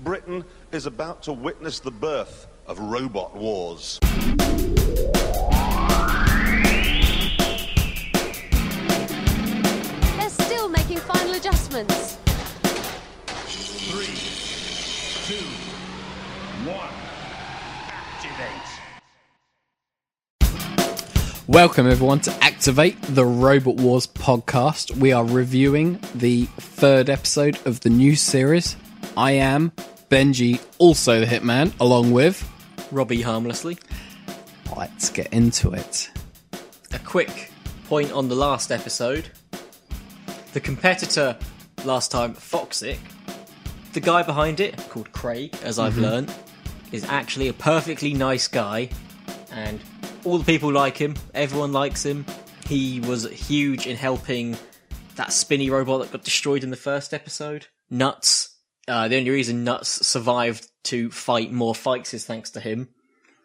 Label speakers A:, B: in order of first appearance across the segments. A: Britain is about to witness the birth of robot wars.
B: They're still making final adjustments.
C: Three, two, one. Activate.
D: Welcome, everyone, to Activate the Robot Wars podcast. We are reviewing the third episode of the new series. I am Benji, also the Hitman, along with.
E: Robbie harmlessly.
D: Let's get into it.
E: A quick point on the last episode. The competitor last time, Foxic, the guy behind it, called Craig, as I've learned, is actually a perfectly nice guy, and all the people like him, everyone likes him. He was huge in helping that spinny robot that got destroyed in the first episode. Nuts. Uh, the only reason Nuts survived to fight more fights is thanks to him.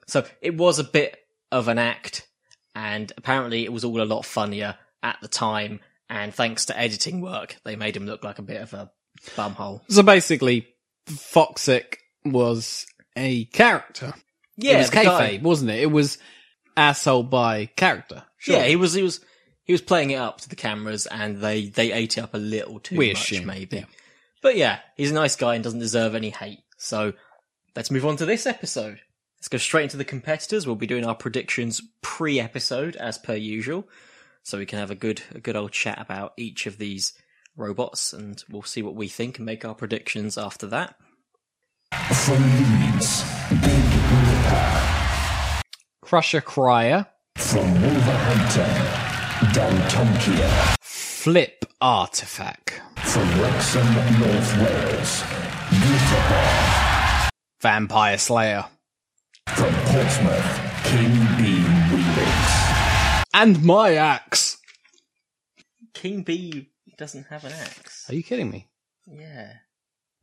E: So it was a bit of an act, and apparently it was all a lot funnier at the time. And thanks to editing work, they made him look like a bit of a bumhole.
D: So basically, Foxic was a character.
E: Yeah,
D: it was
E: the guy-
D: kayfabe, wasn't it? It was asshole by character. Sure.
E: Yeah, he was. He was. He was playing it up to the cameras, and they they ate it up a little too
D: We
E: much,
D: assume,
E: maybe.
D: yeah.
E: But yeah, he's a nice guy and doesn't deserve any hate. So let's move on to this episode. Let's go straight into the competitors. We'll be doing our predictions pre-episode as per usual, so we can have a good a good old chat about each of these robots, and we'll see what we think and make our predictions after that.
C: From Leeds, Big River.
D: Crusher Crier,
C: From Wolverhampton, Daltonkia.
D: Flip Artifact,
C: From Wrexham, North Wales, Beautiful.
D: Vampire Slayer,
C: From Portsmouth, King Bean Remix.
D: and my axe.
E: King B doesn't have an axe.
D: Are you kidding me?
E: Yeah,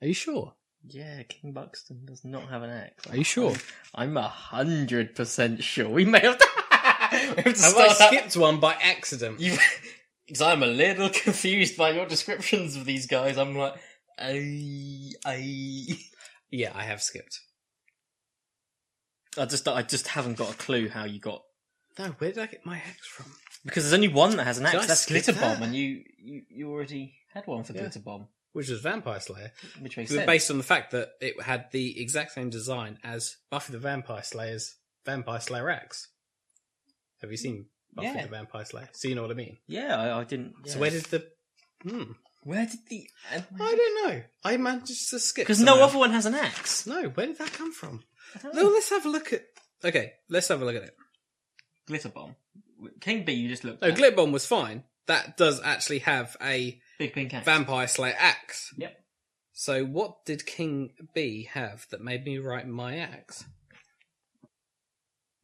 D: Are you sure?
E: yeah. King Buxton does not have an axe.
D: Are you sure?
E: I'm a hundred percent sure. We may have. we have to
D: Have
E: start
D: I
E: that-
D: skipped one by accident?
E: You, because I'm a little confused by your descriptions of these guys. I'm like, I, I,
D: Yeah, I have skipped.
E: I just, I just haven't got a clue how you got
D: No, where did I get my axe from?
E: because there's only one that has an
D: Did
E: axe.
D: I
E: That's
D: skip
E: glitter
D: that?
E: bomb, and you, you, you already had one for
D: Yeah.
E: glitter bomb,
D: Which was Vampire Slayer.
E: which makes sense.
D: Based on the fact that it had the exact same design as Buffy the Vampire Slayer's Vampire Slayer axe. Have you seen Buffy
E: Yeah.
D: the Vampire Slayer? So you know what I mean.
E: yeah, I, I didn't.
D: So
E: yeah.
D: where did the? Hmm.
E: where did the?
D: I don't know. I managed to skip
E: Because no
D: somehow.
E: other one has an axe.
D: No, where did that come from?
E: don't
D: No, let's have a look at. Okay, let's have a look at it.
E: Glitter bomb. King B, you just looked.
D: No,
E: at.
D: Glitbomb was fine. That does actually have a
E: Big pink axe.
D: Vampire Slayer axe.
E: Yep.
D: So what did King B have that made me write my axe?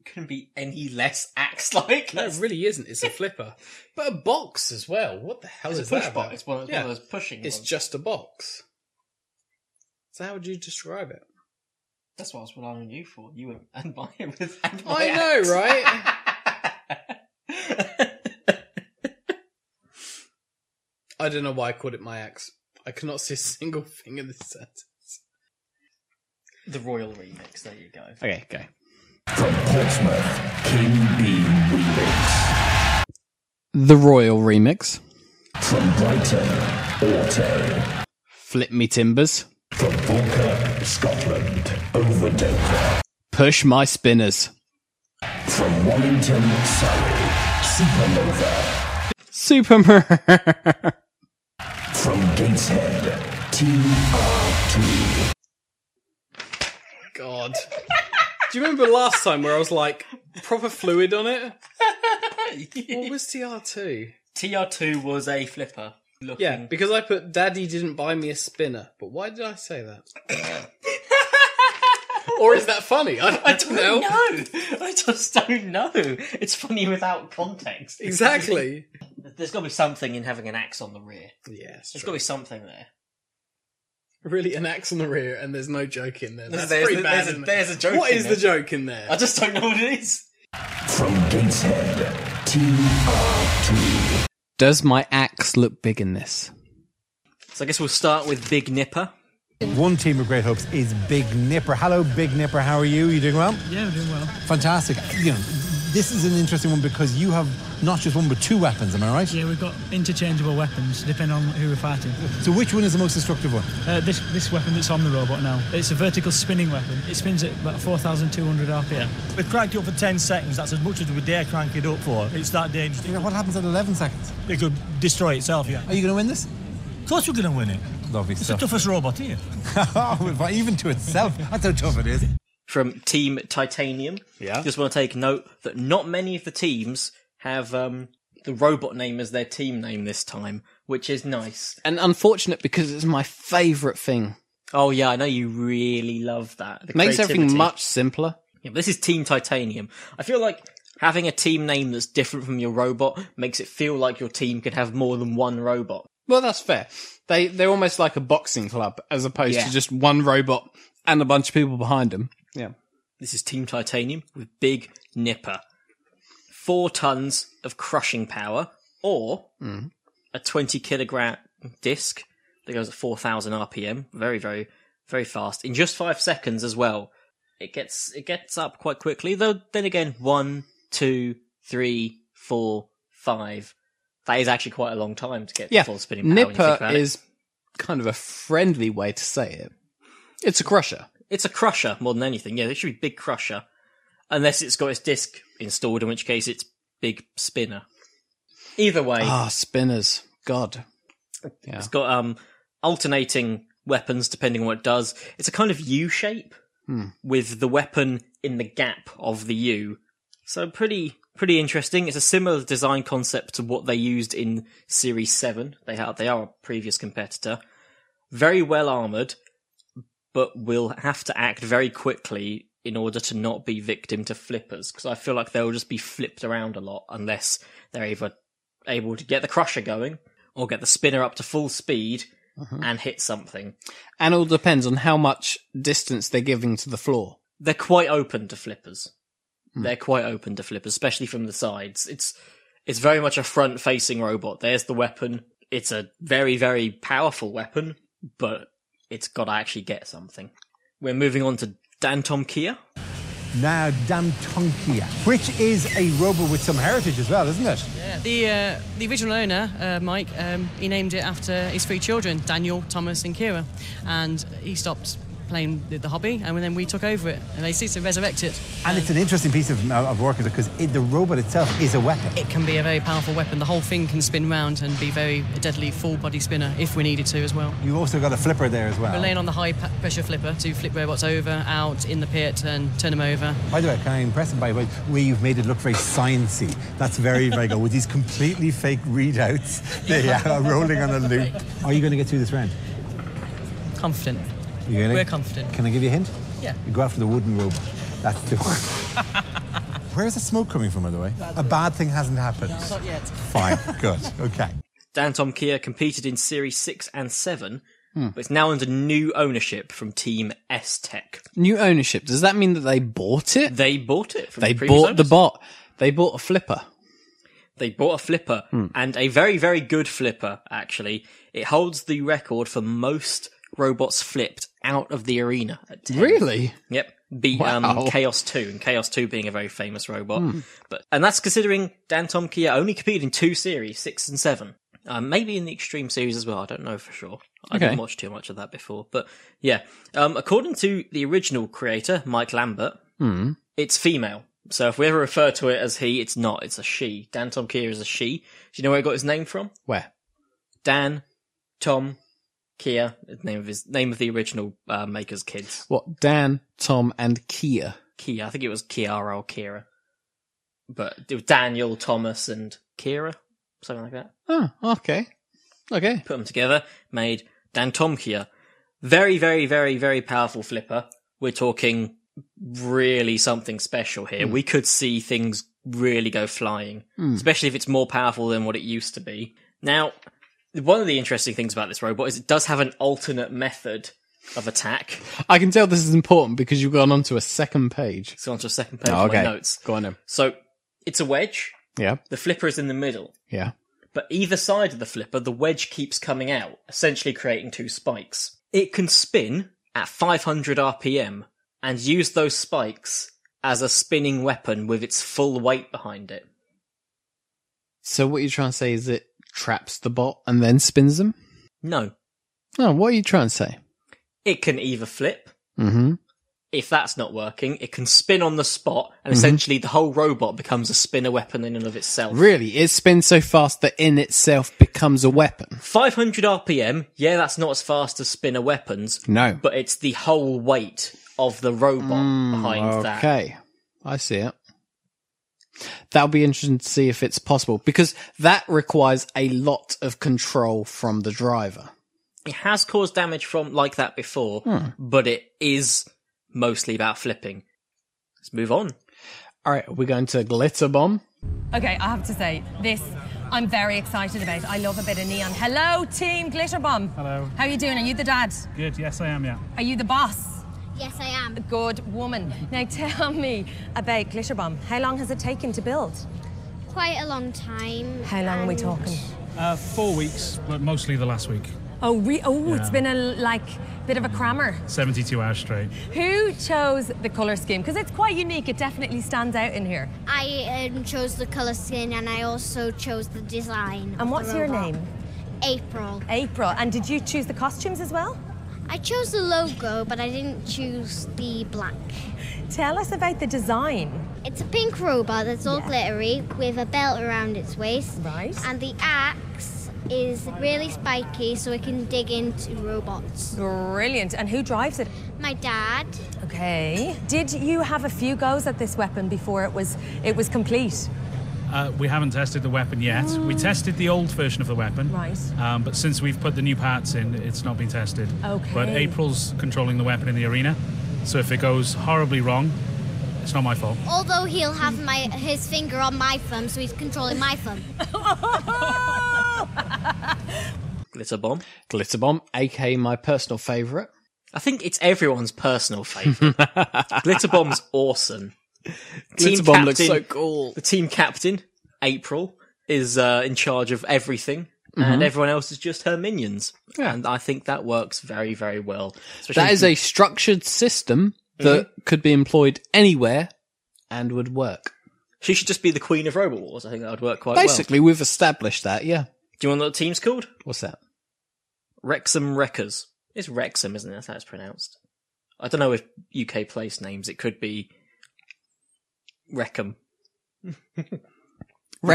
E: Couldn't be any less axe-like.
D: No, it really isn't. It's a flipper, but a box as well. What the hell
E: It's a
D: is
E: push
D: that?
E: bot.
D: about?
E: It's one of,
D: Yeah.
E: one of those pushing
D: It's
E: ones.
D: just a box. So how would you describe it?
E: That's what I was relying on you for. You went and buy it with and buy
D: I know, right?
E: right?
D: I don't know why I called it my axe. I cannot see a single thing in this sentence.
E: the Royal Remix. There you go.
D: Okay, go.
C: From Portsmouth, King Bean Remix.
D: The Royal Remix,
C: From Brighton, Auto.
D: Flip Me Timbers,
C: From Falkirk, Scotland, Overdover.
D: Push My Spinners,
C: From Wellington, Surrey, Supernova.
D: Super. Mar-
C: From Gateshead, TR2.
D: God. Do you remember last time where I was like proper fluid on it? What was TR2?
E: TR2 was a flipper. Looking.
D: Yeah, because I put Daddy didn't buy me a spinner. But why did I say that? or is that funny? I, I don't know.
E: No, I just don't know. It's funny without context.
D: Exactly.
E: There's got to be something in having an axe on the rear.
D: Yeah, it's
E: There's got
D: true.
E: to be something there.
D: really an axe on the rear, and there's no joke in there. That's
E: there's
D: pretty
E: the-
D: bad.
E: there's a-
D: isn't it?
E: there's a joke
D: What
E: in
D: is
E: there.
D: the joke in there?
E: I just don't know what it is.
C: From Gateshead, TR2.
D: Does my axe look big in this?
E: So I guess we'll start with Big Nipper.
F: One team of great hopes is Big Nipper. Hello, Big Nipper. How are you? You doing well?
G: Yeah, we're doing well.
F: Fantastic. You know, this is an interesting one because you have not just one but two weapons. Am I right?
G: Yeah, we've got interchangeable weapons depending on who we're fighting.
F: So which one is the most destructive one?
G: Uh, this this weapon that's on the robot now, it's a vertical spinning weapon. It spins at about 4,200 RPM.
H: We've cranked it up for 10 seconds. That's as much as we dare crank it up for. It's that dangerous.
F: You know, what happens at 11 seconds?
H: It could destroy itself, yeah.
F: Are you going to win this?
H: Of course we're going to win it.
F: Lovely
H: It's the
F: stuff.
H: toughest robot here.
F: Oh, Even to itself, that's how tough it is.
E: from Team Titanium.
D: Yeah.
E: Just want to take note that not many of the teams have um, the robot name as their team name this time, which is nice.
D: And unfortunate because it's my favourite thing.
E: Oh yeah, I know you really love that. The
D: Makes everything
E: creativity.
D: much simpler.
E: Yeah, but this is Team Titanium. I feel like having a team name that's different from your robot makes it feel like your team could have more than one robot.
D: Well, that's fair. They they're almost like a boxing club as opposed
E: Yeah.
D: to just one robot and a bunch of people behind them. Yeah.
E: This is Team Titanium with Big Nipper. Four tons of crushing power or a 20 kilogram disc that goes at 4,000 RPM. Very, very, very fast. In just five seconds as well. It gets, it gets up quite quickly. Though then again, one, two, three, four, five. That is actually quite a long time to get
D: Yeah.
E: full spinning power. when you think
D: Nipper
E: about it.
D: is kind of a friendly way to say it. It's a crusher.
E: it's a crusher more than anything. Yeah, it should be big crusher, unless it's got its disc installed, in which case it's big spinner. Either way,
D: Ah, spinners. God.
E: it's got um alternating weapons depending on what it does. It's a kind of U shape with the weapon in the gap of the U. So pretty pretty interesting. It's a similar design concept to what they used in Series Seven. They have they are a previous competitor. Very well armored, but will have to act very quickly in order to not be victim to flippers. Because I feel like they'll just be flipped around a lot unless they're either able to get the crusher going or get the spinner up to full speed and hit something.
D: And all depends on how much distance they're giving to the floor.
E: They're quite open to flippers. They're quite open to flippers, especially from the sides. It's it's very much a front facing robot. There's the weapon. It's a very, very powerful weapon, but it's gotta actually get something. We're moving on to Dantom Kia.
F: Now, Dantonkia, which is a robot with some heritage as well, isn't it?
I: The uh, the original owner, uh, Mike, um, he named it after his three children, Daniel, Thomas, and Kira, and he stopped playing the, the hobby, and then we took over it, and they seek to resurrect it.
F: And it's an interesting piece of, of work because it, the robot itself is a weapon.
I: It can be a very powerful weapon. The whole thing can spin round and be very a deadly full body spinner if we needed to as well.
F: You've also got a flipper there as well.
I: We're laying on the high pa- pressure flipper to flip robots over, out in the pit, and turn them over.
F: By the way, can I impress him by the way, where you've made it look very sciencey? That's very, very good. With these completely fake readouts, they are rolling on a loop. Are you going to get through this round?
I: Confident.
F: You gonna-
I: We're confident.
F: Can I give you a hint?
I: Yeah.
F: You go after the wooden robot. That's the one. Where's the smoke coming from, by the way? A bad thing hasn't happened.
I: Not yet.
F: Fine, good, okay.
E: Dantom Kia competed in Series 6 and 7,
D: Hmm.
E: but it's now under new ownership from Team S Tech.
D: New ownership. Does that mean that they bought it?
E: They bought it from
D: They
E: the previous
D: bought the
E: owners.
D: bot. They bought a flipper.
E: They bought a flipper
D: Hmm.
E: and a very, very good flipper, actually. It holds the record for most robots flipped out of the arena at 10.
D: Really?
E: Yep. Beat
D: Wow. Hmm.
E: um, Chaos 2, and Chaos 2 being a very famous robot. But And that's considering Dantom Kia only competed in two series, 6 and 7. Um, maybe in the Extreme series as well, I don't know for sure. I
D: Okay.
E: didn't watch too much of that before. But yeah, um, according to the original creator, Mike Lambert,
D: Hmm.
E: it's female. So if we ever refer to it as he, it's not. It's a she. Dan Tom Kier is a she. Do you know where he got his name from?
D: Where?
E: Dan Tom Kier, the name of his name of the original uh, maker's kids.
D: What? Dan, Tom, and Kia.
E: Kia, I think it was Kiara or Kira, but it was Daniel Thomas and Kira, something like that.
D: Oh, okay. Okay.
E: Put them together, made Dan Tom Kier. Very, very, very, very powerful flipper. We're talking really something special here. We could see things really go flying, especially if it's more powerful than what it used to be. Now, one of the interesting things about this robot is it does have an alternate method of attack.
D: I can tell this is important because you've gone on to a second page.
E: So onto a second page of
D: okay.
E: my notes.
D: Go on then.
E: So it's a wedge.
D: Yeah.
E: The flipper is in the middle,
D: Yeah.
E: but either side of the flipper, the wedge keeps coming out, essentially creating two spikes. It can spin at 500 RPM and use those spikes as a spinning weapon with its full weight behind it.
D: So what you're trying to say is it traps the bot and then spins them?
E: No,
D: No, Oh, what are you trying to say?
E: it can either flip.
D: Mm-hmm.
E: If that's not working, it can spin on the spot, and
D: Mm-hmm.
E: essentially the whole robot becomes a spinner weapon in and of itself.
D: Really, it spins so fast that in itself becomes a weapon.
E: 500 RPM, yeah, that's not as fast as spinner weapons.
D: No. Mm,
E: But it's the whole weight of the robot behind that.
D: Okay. I see it. That'll be interesting to see if it's possible because that requires a lot of control from the driver.
E: it has caused damage from like that before,
D: Hmm.
E: but it is mostly about flipping. Let's move on.
D: All right, we're going to glitter bomb.
J: Okay, I have to say, this I'm very excited about. I love a bit of neon. Hello, Team Glitter Bomb.
G: Hello.
J: How you doing? Are you the dad?
G: Good, yes, I am, yeah.
J: Are you the boss?
B: Yes, I am.
J: Good woman. Now tell me about Glitter Bomb. How long has it taken to build?
B: Quite a long time.
J: How long are we
B: and
J: talking?
G: Uh, four weeks, but mostly the last week.
J: Oh, re- oh, it's
G: Yeah.
J: been a like bit of a crammer.
G: 72 hours straight.
J: Who chose the color scheme? Because it's quite unique. It definitely stands out in here.
B: I um, chose the colour scheme and I also chose the design. of
J: And what's
B: the
J: your
B: robot.
J: name?
B: April.
J: April. And did you choose the costumes as well?
B: I chose the logo, but I didn't choose the black.
J: Tell us about the design.
B: It's a pink robot that's all
J: Yeah.
B: glittery with a belt around its waist.
J: Right.
B: And the axe is really spiky so it can dig into robots.
J: Brilliant. And who drives it?
B: My dad,
J: Okay. Did you have a few goes at this weapon before it was it was complete?
G: Uh, we haven't tested the weapon yet. We tested the old version of the weapon.
J: Right.
G: Um, but since we've put the new parts in, it's not been tested.
J: Okay.
G: But April's controlling the weapon in the arena, so if it goes horribly wrong, it's not my fault.
B: although he'll have my his finger on my thumb, so he's controlling my thumb.
E: Glitter bomb.
D: Glitter bomb, aka my personal favorite.
E: I think it's everyone's personal favourite. Glitter bomb's awesome.
D: Glitter bomb looks so cool.
E: The team captain, April, is uh, in charge of everything,
D: Mm-hmm.
E: and everyone else is just her minions. And I think that works very, very well. Especially
D: That is a structured system
E: Mm-hmm.
D: that could be employed anywhere and would work.
E: She should just be the queen of robot wars. I think that would work quite
D: Basically, we've established that. Yeah.
E: well. Do you want to know what the team's called?
D: What's that?
E: Wrexham Wreckers. It's Wrexham, isn't it? That's how it's pronounced. I don't know if UK place names. It could be Wreckham. Which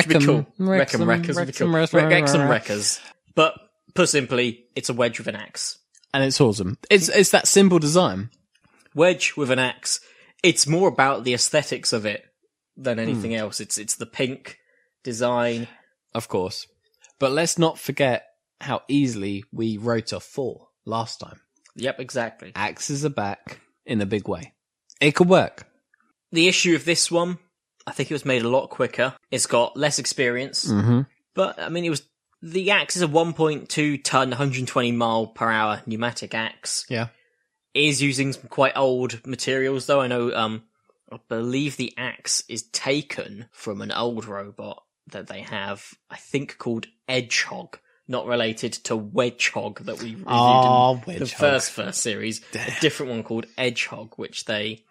E: would be cool. Wreckham Wreckers. would be cool. Wre- Wrexham Wreckers. But put simply, it's a wedge with an axe.
D: And it's awesome. It's it's that simple design.
E: Wedge with an axe. It's more about the aesthetics of it than anything else. It's it's the pink design.
D: Of course. But let's not forget how easily we wrote a four last time.
E: Yep, exactly.
D: Axes are back in a big way. It could work.
E: The issue of this one, I think it was made a lot quicker. It's got less experience.
D: Mm-hmm.
E: But, I mean, it was. The axe is a 1.2 ton, 120 mile per hour pneumatic axe.
D: Yeah.
E: It is using some quite old materials, though. I know, um, I believe the axe is taken from an old robot that they have, I think called Edgehog. Not related to Wedgehog that we reviewed
D: Ah,
E: in the
D: Wedgehog.
E: first first series. A different one called Edgehog, which they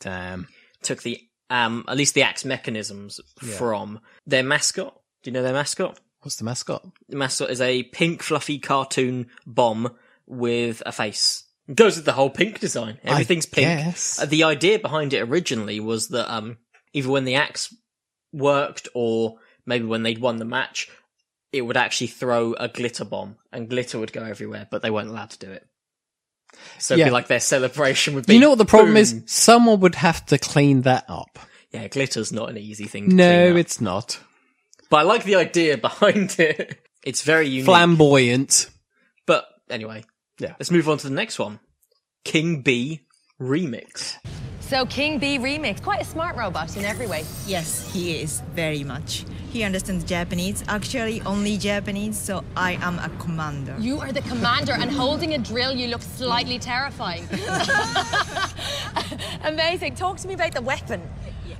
D: Damn.
E: took the um at least the axe mechanisms from their mascot. Do you know their mascot?
D: What's the mascot?
E: The mascot is a pink fluffy cartoon bomb with a face. Goes with the whole pink design. Everything's pink.
D: guess.
E: Uh, The idea behind it originally was that um either when the axe worked or maybe when they'd won the match, it would actually throw a glitter bomb and glitter would go everywhere, but they weren't allowed to do it. So it'd
D: Yeah.
E: be like their celebration would be
D: You know what the problem is?
E: boom.
D: Someone would have to clean that up.
E: Yeah, glitter's not an easy thing to clean
D: No,
E: up.
D: it's not.
E: But I like the idea behind it. It's very unique.
D: Flamboyant.
E: but anyway,
D: Yeah.
E: let's move on to the next one. King B remix.
J: So King B remix, quite a smart robot in every way.
K: Yes, he is very much. He understands Japanese, actually only Japanese, so I am a commander.
J: You are the commander, and holding a drill, you look slightly terrifying. Amazing. Talk to me about the weapon.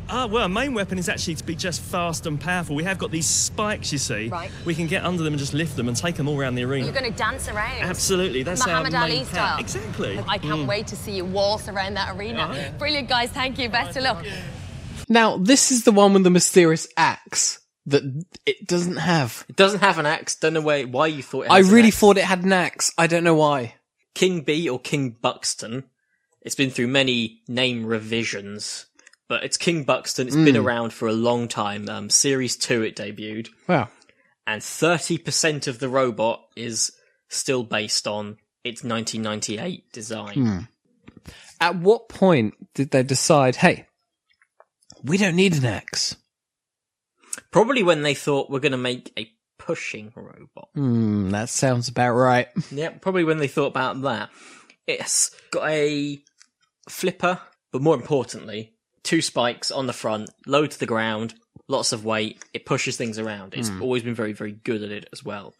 H: Ah, well, our main weapon is actually to be just fast and powerful. We have got these spikes, you see.
J: Right.
H: We can get under them and just lift them and take them all around the arena.
J: You're going to dance around.
H: Absolutely, that's our
J: Muhammad Ali
H: main plan.
J: style.
H: Exactly.
J: I can't
H: Mm.
J: wait to see you waltz around that arena.
D: Yeah.
J: Brilliant, guys. Thank you. Best of luck.
D: Now, this is the one with the mysterious axe that it doesn't have.
E: It doesn't have an axe. Don't know where, why you thought it
D: I
E: has an
D: really
E: axe.
D: thought it had an axe. I don't know why.
E: King B or King Buxton. It's been through many name revisions, but it's King Buxton. It's been
D: Mm.
E: around for a long time. Um, series two, it debuted,
D: Wow.
E: and thirty percent of the robot is still based on its 1998 design.
D: Hmm. At what point did they decide, hey, we don't need an axe?
E: Probably when they thought we're going to make a pushing robot.
D: Hmm, that sounds about right.
E: Yeah, probably when they thought about that. It's got a flipper, but more importantly, two spikes on the front, low to the ground, lots of weight. It pushes things around. It's
L: Hmm.
E: always been very, very good at it as well.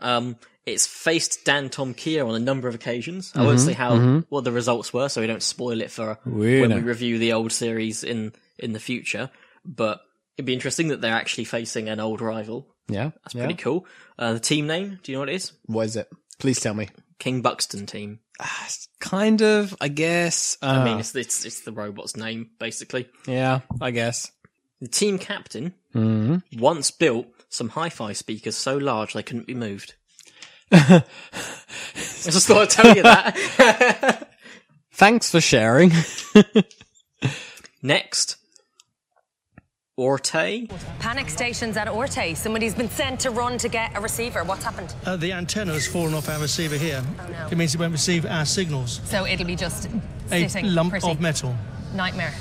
E: Um, it's faced Dan Tom Kier on a number of occasions. I won't
D: Mhm,
E: say how
D: mhm.
E: what the results were, so we don't spoil it for
D: We
E: when
D: know.
E: we review the old series in in the future. But it'd be interesting that they're actually facing an old rival.
D: Yeah.
E: That's
D: yeah.
E: pretty cool. Uh, the team name, do you know what it is?
D: What is it? Please tell me.
E: King Buxton team.
D: Kind of, I guess.
E: I mean,
D: Uh,
E: it's, it's it's the robot's name basically.
D: yeah, I guess.
E: The team captain
D: Hmm.
E: once built some hi-fi speakers so large they couldn't be moved. I just thought I'd tell you that.
D: Thanks for sharing.
E: Next, Orte.
J: Panic stations at Orte. Somebody's been sent to run to get a receiver. What's happened?
H: Uh, the antenna has fallen off our receiver here.
J: Oh, no.
H: It means it won't receive our signals.
J: So it'll be just
H: A
J: sitting
H: lump
J: pretty.
H: of metal.
J: Nightmare.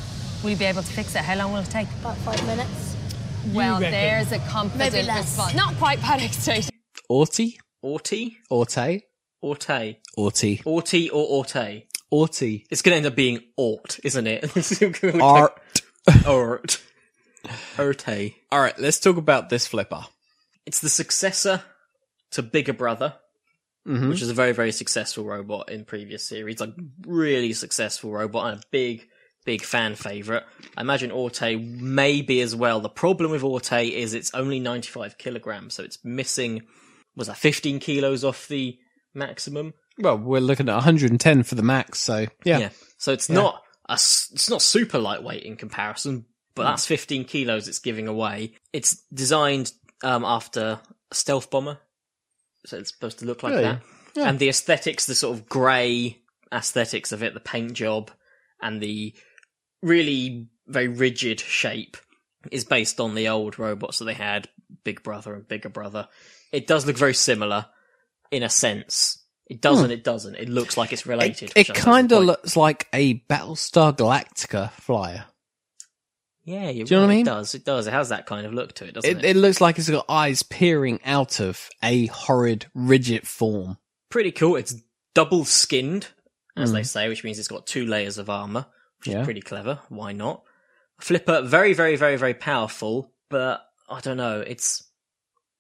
J: Will you be able to fix it? How long will it take? About five minutes.
H: You
J: Well,
H: reckon?
J: there's a confident
M: Maybe less.
J: response. Not quite panic station.
D: Orty?
E: Orty?
D: Orte?
E: Orte.
D: Orty.
E: Orty or Orte?
D: Orty.
E: It's going to end up being Ort, isn't it?
D: Art.
E: Ort. Orte.
D: All right, let's talk about this flipper.
E: It's the successor to Bigger Brother,
D: Mhm.
E: which is a very, very successful robot in previous series. Like, really successful robot and a big, big fan favourite. I imagine Orte maybe as well. The problem with Orte is it's only 95 kilograms, so it's missing, was that 15 kilos off the maximum?
D: Well, we're looking at 110 for the max, so yeah.
E: So it's
D: Yeah.
E: not a, s- it's not super lightweight in comparison, but
D: Mm.
E: that's 15 kilos it's giving away. It's designed um, after a stealth bomber, so it's supposed to look like
D: Really?
E: that.
D: Yeah.
E: And the aesthetics, the sort of grey aesthetics of it, the paint job, and the really very rigid shape is based on the old robots that they had, Big Brother and Bigger Brother. It does look very similar in a sense. It doesn't,
D: Hmm.
E: it doesn't. It looks like it's related.
D: It
E: which I suppose
D: kind of looks like a Battlestar Galactica flyer.
E: Yeah, you're
D: Do you know
E: right,
D: what I mean?
E: It does. It does. It has that kind of look to it, doesn't
D: It,
E: it?
D: it looks like it's got eyes peering out of a horrid, rigid form.
E: Pretty cool. It's double skinned, as
D: Mm.
E: they say, which means it's got two layers of armor, which
D: Yeah.
E: is pretty clever. Why not? Flipper, very, very, very, very powerful, but I don't know. It's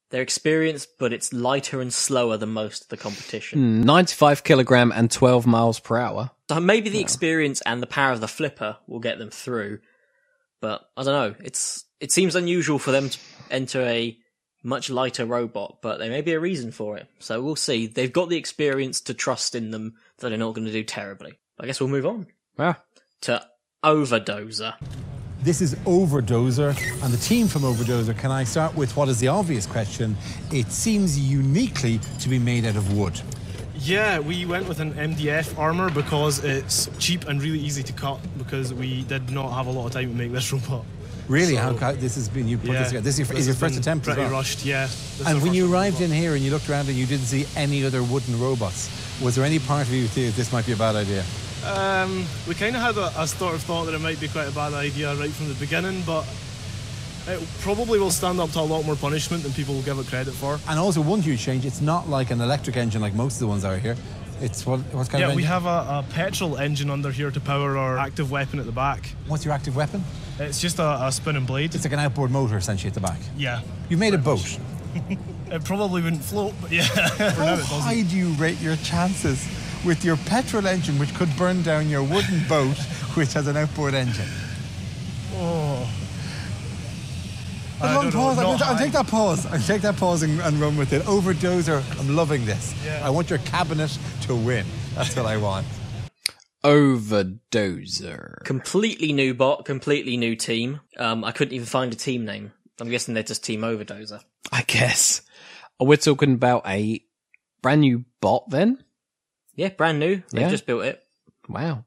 E: they're experienced, but it's lighter and slower than most of the competition.
D: Hmm, 95 kilogram and 12 miles per hour.
E: So maybe the experience and the power of the flipper will get them through. But I don't know. It's it seems unusual for them to enter a much lighter robot, but there may be a reason for it. So we'll see. They've got the experience to trust in them that they're not going to do terribly. I guess we'll move on
D: Yeah.
E: to Overdoser.
F: This is Overdoser and the team from Overdoser. Can I start with what is the obvious question? It seems uniquely to be made out of wood.
N: Yeah, we went with an MDF armor because it's cheap and really easy to cut because we did not have a lot of time to make this robot.
F: Really, how how this has been you put
N: Yeah,
F: this together? This is your,
N: this
F: is your
N: has
F: first
N: been
F: attempt, as
N: pretty
F: well.
N: rushed, yeah. This is
F: and
N: the
F: when
N: first
F: you arrived in here and you looked around and you didn't see any other wooden robots, was there any part of you that thought this might be a bad idea?
N: Um, we kind of had a, a sort of thought that it might be quite a bad idea right from the beginning, but it probably will stand up to a lot more punishment than people will give it credit for.
F: And also one huge change: it's not like an electric engine like most of the ones out here. It's what what kind
N: yeah,
F: of
N: we
F: engine?
N: have a, a petrol engine under here to power our active weapon at the back.
F: What's your active weapon?
N: It's just a, a spinning blade.
F: It's like an outboard motor essentially at the back.
N: Yeah.
F: You made a boat.
N: It probably wouldn't float, but yeah. for now
F: How
N: it doesn't.
F: high do you rate your chances with your petrol engine, which could burn down your wooden boat, which has an outboard engine? Oh.
N: I
F: A long
N: don't know,
F: pause.
N: not
F: I'll
N: high.
F: take that pause. I'll take that pause and, and run with it. Overdozer, I'm loving this.
N: Yeah.
F: I want your cabinet to win. That's what I want.
D: Overdoser.
E: Completely new bot, completely new team. Um, I couldn't even find a team name. I'm guessing they're just Team Overdoser.
D: I guess. We're talking about a brand new bot then?
E: Yeah, brand new. They've
D: Yeah.
E: just built it.
D: Wow.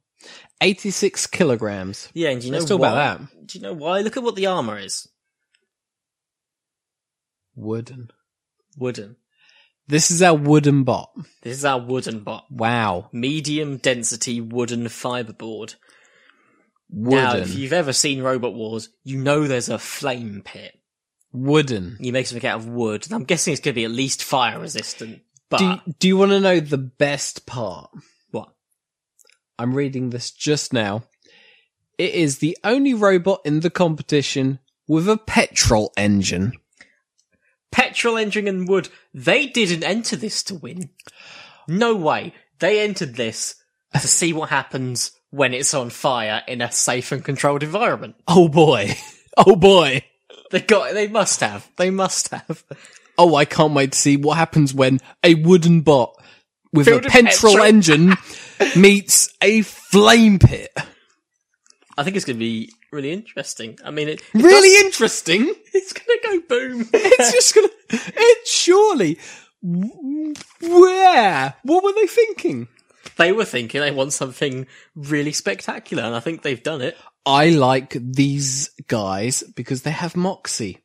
D: 86 kilograms.
E: Yeah, and do you know
D: Let's talk
E: why?
D: about that.
E: Do you know why? Look at what the armor is.
D: Wooden.
E: Wooden.
D: This is our wooden bot.
E: This is our wooden bot.
D: Wow.
E: Medium density wooden fiberboard. Now,
D: Wooden.
E: if you've ever seen Robot Wars, you know there's a flame pit.
D: Wooden.
E: You make something out of wood. I'm guessing it's going to be at least fire resistant. But
D: do, do you want to know the best part?
E: What?
D: I'm reading this just now. It is the only robot in the competition with a petrol engine.
E: petrol engine and wood, they didn't enter this to win. No way. They entered this to see what happens when it's on fire in a safe and controlled environment.
D: Oh boy. Oh boy.
E: They got. They must have. They must have.
D: Oh, I can't wait to see what happens when a wooden bot with
E: Filled
D: a
E: with
D: petrol,
E: petrol.
D: engine meets a flame pit.
E: I think it's going to be really interesting. I mean, it, it
D: Really
E: does-
D: interesting.
E: It's going to go boom.
D: It's just gonna. It surely. w- Where? What were they thinking?
E: They were thinking they want something really spectacular, and I think they've done it.
D: I like these guys because they have moxie.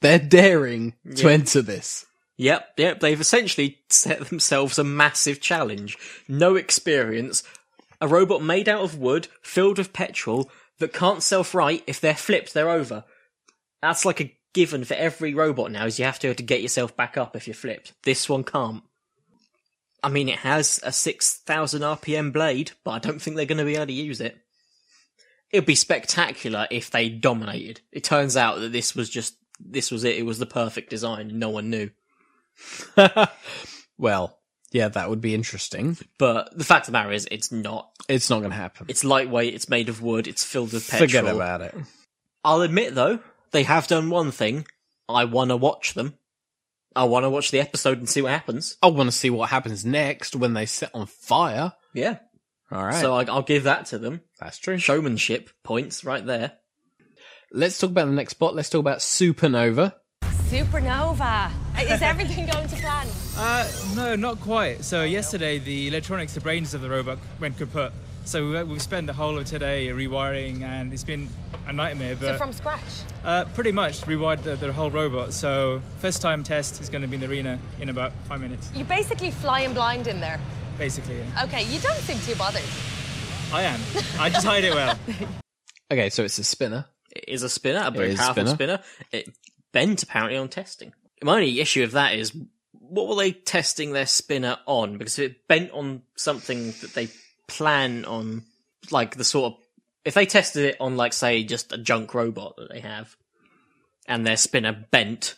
D: They're daring to
E: Yeah.
D: enter this.
E: Yep, yep. They've essentially set themselves a massive challenge. No experience. A robot made out of wood, filled with petrol, that can't self-right. If they're flipped, they're over. That's like a given for every robot now, is you have to be able to get yourself back up if you're flipped. This one can't. I mean, it has a 6,000 RPM blade, but I don't think they're going to be able to use it. It'd be spectacular if they dominated. It turns out that this was just, this was it. It was the perfect design and no one knew.
D: Well, yeah, that would be interesting.
E: But the fact of the matter is, it's not.
D: It's not going to happen.
E: It's lightweight, it's made of wood, it's filled with petrol.
D: Forget about it.
E: I'll admit, though, they have done one thing. I want to watch them. I want to watch the episode and see what happens.
D: I want to see what happens next when they set on fire.
E: Yeah.
D: All right.
E: So I, I'll give that to them.
D: That's true.
E: Showmanship points right there.
D: Let's talk about the next spot. Let's talk about Supernova.
J: Supernova. Is everything going to plan?
G: Uh, no, not quite. So yesterday, the electronics, the brains of the robot went kaput. So we- we've spent the whole of today rewiring, and it's been a nightmare. But
J: So from scratch.
G: uh, pretty much rewired the, the whole robot. So first time test is going to be in the arena in about five minutes,
J: You basically flying blind in there.
G: basically.
J: Okay, you don't seem too bothered.
G: I am. I just hide it well.
D: Okay, so it's a spinner.
E: It is a spinner, a
D: It
E: very
D: is a
E: powerful
D: spinner.
E: spinner. It bent apparently on testing. My only issue of that is what were they testing their spinner on? Because if it bent on something that they plan on, like the sort of if they tested it on, like say, just a junk robot that they have, and their spinner bent,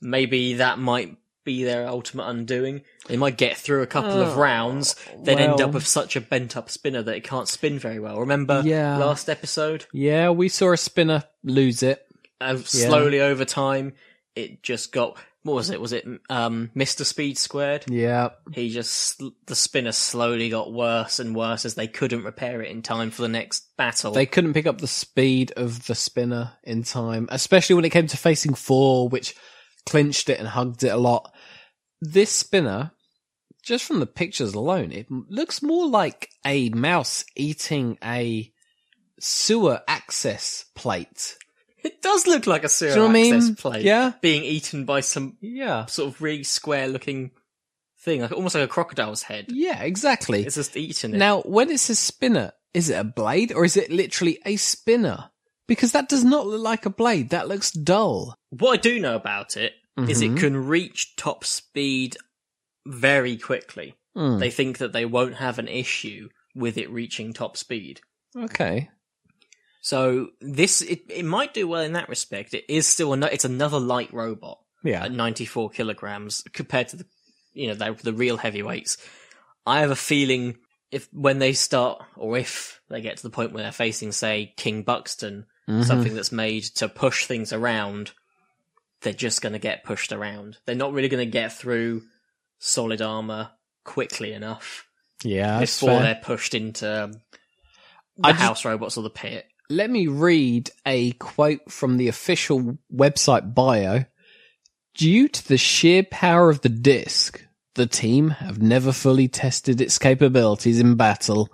E: maybe that might be their ultimate undoing. They might get through a couple of
D: Oh,
E: rounds, then end
D: well.
E: up with such a bent up spinner that it can't spin very well. Remember
D: Yeah.
E: last episode?
D: Yeah, we saw a spinner lose it.
E: and
D: Yeah.
E: uh, slowly over time it just got what was it was it um mr speed squared
D: Yeah.
E: he just sl- the spinner slowly got worse and worse as they couldn't repair it in time for the next battle
D: They couldn't pick up the speed of the spinner in time, especially when it came to facing four, which clinched it and hugged it a lot. This spinner, just from the pictures alone, it m- looks more like a mouse eating a sewer access plate.
E: it does look like a serial
D: Do you know what I mean?
E: access plate
D: Yeah.
E: being eaten by some
D: yeah
E: sort of really square looking thing like almost like a crocodile's head
D: Yeah, exactly.
E: it's just eating it
D: Now, when it says spinner, is it a blade or is it literally a spinner? Because that does not look like a blade. That looks dull.
E: what i do know about it is it
D: Mhm.
E: can reach top speed very quickly
D: Hmm.
E: they think that they won't have an issue with it reaching top speed
D: Okay.
E: So this it, it might do well in that respect. It is still ano- it's another light robot.
D: Yeah.
E: At 94 kilograms compared to the you know the, the real heavyweights. I have a feeling if when they start or if they get to the point where they're facing say King Buxton
D: Mhm.
E: something that's made to push things around, they're just going to get pushed around. They're not really going to get through solid armor quickly enough
D: Yeah, that's
E: before
D: fair.
E: they're pushed into the
D: I just-
E: house robots or the pit.
D: Let me read a quote from the official website bio. Due to the sheer power of the disc, the team have never fully tested its capabilities in battle,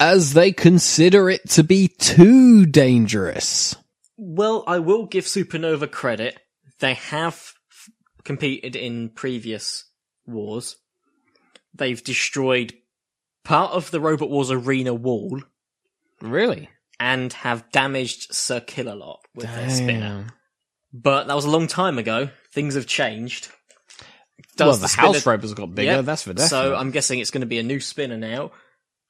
D: as they consider it to be too dangerous.
E: Well, I will give Supernova credit. They have f- competed in previous wars. They've destroyed part of the Robot Wars arena wall.
D: Really?
E: And have damaged Sir Killalot with their
D: Damn.
E: spinner. But that was a long time ago. Things have changed.
D: Well, the house robot's got bigger, that's for
E: So um,
D: definite.
E: I'm guessing it's going to be a new spinner now,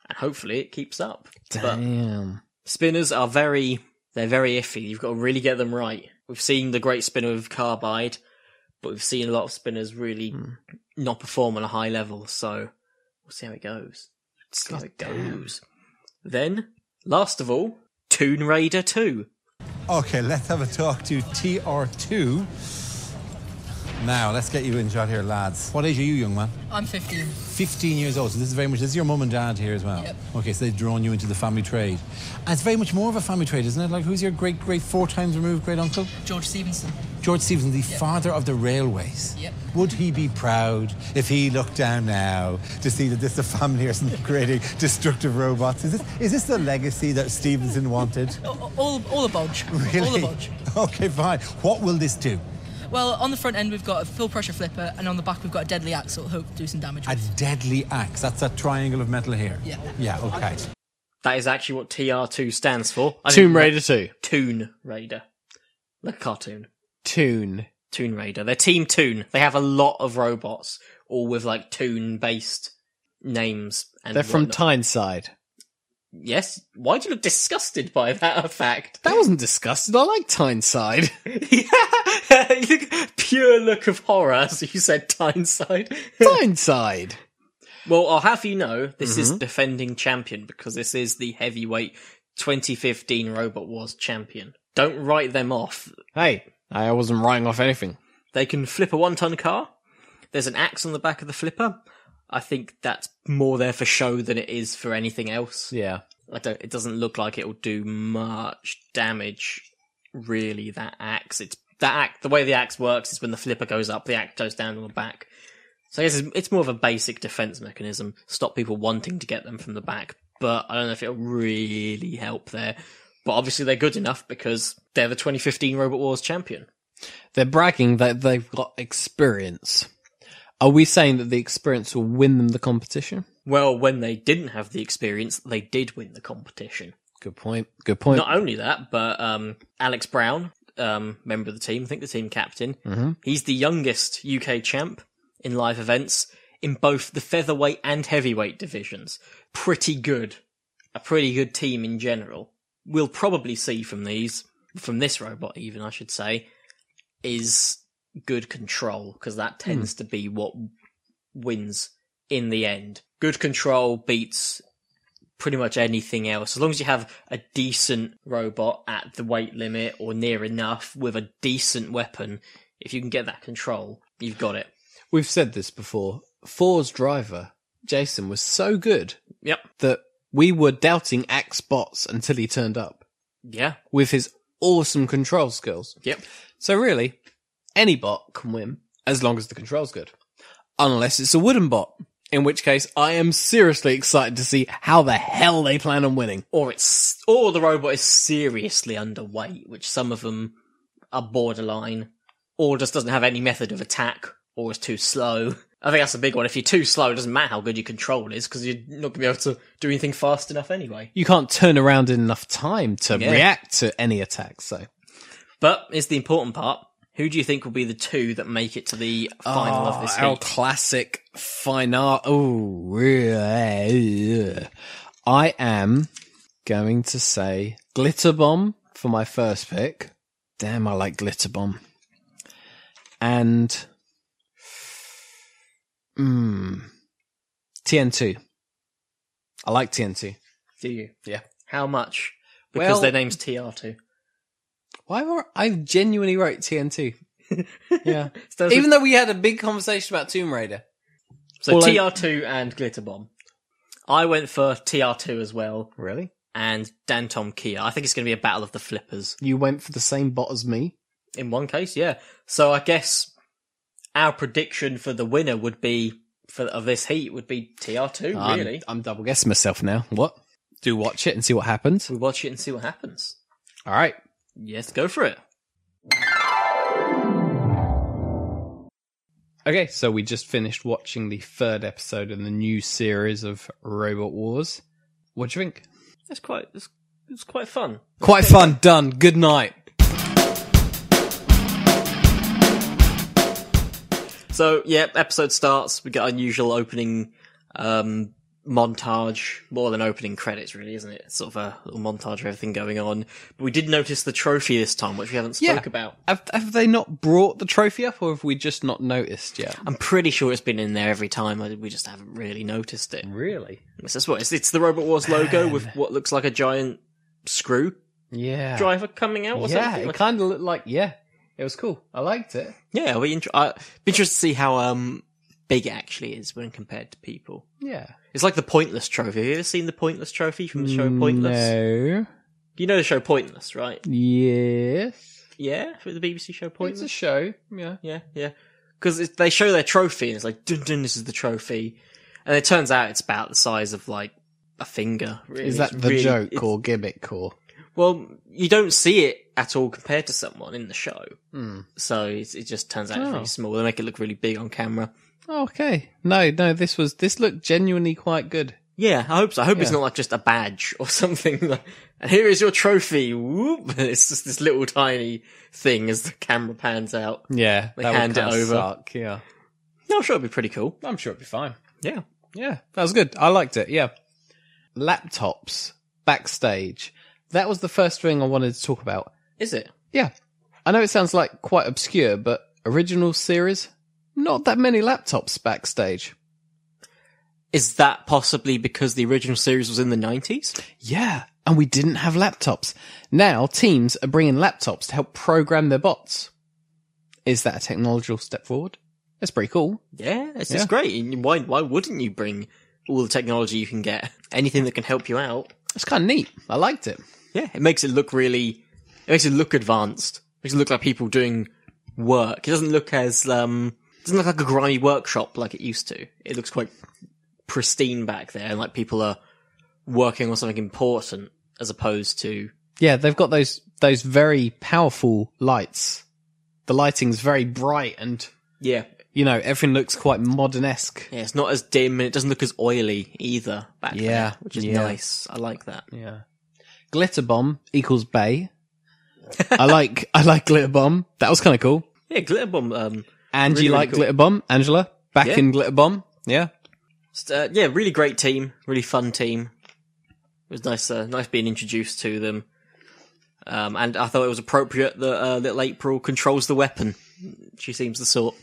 E: and hopefully it keeps up. But
D: Damn.
E: spinners are very they're very iffy. You've got to really get them right. We've seen the great spinner of carbide, but we've seen a lot of spinners really
D: Hmm.
E: not perform on a high level. So we'll see how it goes. See how it goes. Then, last of all, Toon Raider Two.
F: Okay, let's have a talk to TR2. Now, let's get you in shot here, lads. What age are you, young man?
L: I'm 15.
F: 15 years old. So this is very much, this is your mum and dad here as well.
L: Yep.
F: Okay, so they've drawn you into the family trade. And it's very much more of a family trade, isn't it? Like, who's your great, great, four times removed great uncle?
L: George Stevenson.
F: George Stephenson, the father of the railways.
L: Yep.
F: Would he be proud if he looked down now to see that this the family are creating destructive robots? Is this, is this the legacy that Stevenson wanted?
L: All, all, all a bodge. All a
F: Really?
L: bodge.
F: Okay, fine. What will this do?
L: Well, on the front end, we've got a full pressure flipper, and on the back, we've got a deadly axe, so it'll hope to do some damage.
F: A deadly axe. That's that triangle of metal here.
L: Yeah.
F: Yeah, okay.
E: That is actually what TR2 stands for.
D: Tomb
E: think-
D: Raider 2.
E: Toon Raider. Like a cartoon.
D: Toon.
E: Toon Raider. They're Team Toon. They have a lot of robots, all with like Toon based names. And
D: They're from
E: whatnot.
D: Tyneside.
E: Yes. Why do you look disgusted by that fact?
D: That wasn't disgusted. I like Tyneside.
E: Pure look of horror as you said Tyneside.
D: Tyneside.
E: Well, I'll have you know, this is
D: Mhm.
E: defending champion because this is the heavyweight 2015 Robot Wars champion. Don't write them off.
D: Hey, I wasn't writing off anything.
E: They can flip a one ton car. There's an axe on the back of the flipper. I think that's more there for show than it is for anything else.
D: Yeah.
E: I don't, it doesn't look like it'll do much damage, really, that axe. It's, that axe, the way the axe works is when the flipper goes up, the axe goes down on the back. So I guess it's, it's more of a basic defense mechanism. Stop people wanting to get them from the back. But I don't know if it'll really help there. But obviously they're good enough because they're the 2015 Robot Wars champion.
D: They're bragging that they've got experience. Are we saying that the experience will win them the competition?
E: Well, when they didn't have the experience, they did win the competition.
D: Good point. Good point.
E: Not only that, but um, Alex Brown, um, member of the team, I think the team captain,
D: Mhm.
E: he's the youngest UK champ in live events in both the featherweight and heavyweight divisions. Pretty good. A pretty good team in general. We'll probably see from these, from this robot even, I should say, is good control, because that tends to be what wins in the end. Good control beats pretty much anything else. As long as you have a decent robot at the weight limit or near enough with a decent weapon, if you can get that control, you've got it.
D: We've said this before. Four's driver, Jason, was so good.
E: Yep.
D: That we were doubting Axe Bots until he turned up
E: Yeah.
D: with his awesome control skills.
E: Yep.
D: So really, any bot can win as long as the control's good. Unless it's a wooden bot. In which case, I am seriously excited to see how the hell they plan on winning.
E: Or it's or the robot is seriously underweight, which some of them are borderline, or just doesn't have any method of attack, or is too slow. I think that's a big one. If you're too slow, it doesn't matter how good your control is because you're not going to be able to do anything fast enough anyway.
D: You can't turn around in enough time to
E: Yeah.
D: react to any attack, so.
E: But it's the important part. Who do you think will be the two that make it to the final of this
D: Oh, our
E: heat?
D: classic fine art. Oh, yeah. I am going to say Glitter Bomb for my first pick. Damn, I like Glitter Bomb. And. Mm, TN2. I like TN2.
E: Do you?
D: Yeah.
E: How much? because
D: Well-
E: their name's TR2.
D: Why were I genuinely wrote TNT? yeah,
E: So-
D: even though we had a big conversation about Tomb Raider.
E: So
D: All I-
E: TR2 and Glitter Bomb. I went for TR2 as well.
D: Really?
E: And Dantom Kia. I think it's going to be a battle of the flippers.
D: You went for the same bot as me.
E: In one case, yeah. So I guess our prediction for the winner would be for of this heat would be TR2.
D: I'm-
E: really,
D: I'm double guessing myself now. What? Do watch it and see what happens.
E: We watch it and see what happens.
D: All right.
E: Yes, go for it.
D: Okay, so we just finished watching the third episode in the new series of Robot Wars. What do you think?
E: That's quite. It's, it's quite fun.
D: Quite fun. Done. Good night.
E: So yeah, episode starts. We get unusual opening um, montage, more than opening credits, really, isn't it? Sort of a little montage of everything going on. But we did notice the trophy this time, which we haven't spoke about.
D: Have, have they not brought the trophy up, or have we just not noticed yet?
E: I'm pretty sure it's been in there every time. I- We just haven't really noticed it.
D: Really?
E: It's just what it's, it's the Robot Wars logo with what looks like a giant screw
D: Yeah.
E: driver coming out. Or
D: yeah,
E: something.
D: it kind of looked like yeah, it was cool. I liked it.
E: Yeah, we int- uh, be interested to see how um big it actually is when compared to people.
D: Yeah.
E: It's like the Pointless Trophy. Have you ever seen the Pointless Trophy from the show Pointless?
D: Mm, No.
E: You know the show Pointless, right?
D: Yes.
E: Yeah, for the BBC show Pointless.
D: It's a show. Yeah.
E: Yeah, yeah. Because they show their trophy and it's like, dun dun, this is the trophy. And it turns out it's about the size of like a finger. Really.
D: Is that
E: It's
D: the
E: really-
D: joke
E: it's-
D: or gimmick or?
E: Well, you don't see it at all compared to someone in the show.
D: Hmm.
E: So it's, it just turns out it's
D: Oh.
E: really small. They make it look really big on camera.
D: Oh, okay. No, no. This was this looked genuinely quite good.
E: Yeah, I hope so. I hope it's
D: Yeah.
E: not like just a badge or something. Like, and here is your trophy. Whoop! It's just this little tiny thing as the camera pans out.
D: Yeah,
E: they
D: that would
E: hand it
D: kinda
E: over.
D: suck, yeah,
E: no, I'm sure it'd be pretty cool.
D: I'm sure it'd be fine.
E: Yeah,
D: Yeah, that was good. I liked it. Yeah. Laptops backstage. That was the first thing I wanted to talk about.
E: is it?
D: Yeah. I know it sounds like quite obscure, but original series, not that many laptops backstage.
E: Is that possibly because the original series was in the 90s?
D: Yeah. And we didn't have laptops. Now teams are bringing laptops to help program their bots. Is that a technological step forward? That's pretty cool.
E: Yeah, it's
D: Yeah.
E: just great. And Why why wouldn't you bring all the technology you can get? Anything that can help you out.
D: It's kind of neat. I liked it.
E: Yeah, it makes it look really it makes it look advanced. It makes it look like people doing work. It doesn't look as um it doesn't look like a grimy workshop like it used to. It looks quite pristine back there and like people are working on something important as opposed to
D: Yeah, they've got those those very powerful lights. The lighting's very bright and
E: Yeah.
D: you know, everything looks quite modern esque.
E: Yeah, it's not as dim and it doesn't look as oily either back
D: Yeah,
E: there. Which is
D: yeah.
E: nice. I like that.
D: Yeah. Glitter bomb equals bay. I like I like glitter bomb. That was kind of cool.
E: Yeah, glitter bomb um
D: And
E: really,
D: you
E: really
D: like
E: cool.
D: glitter bomb, Angela? Back
E: Yeah.
D: in glitter bomb. Yeah.
E: Just, uh, yeah, really great team, really fun team. It was nice, uh, nice being introduced to them. Um, and I thought it was appropriate that uh, little April controls the weapon. She seems the sort.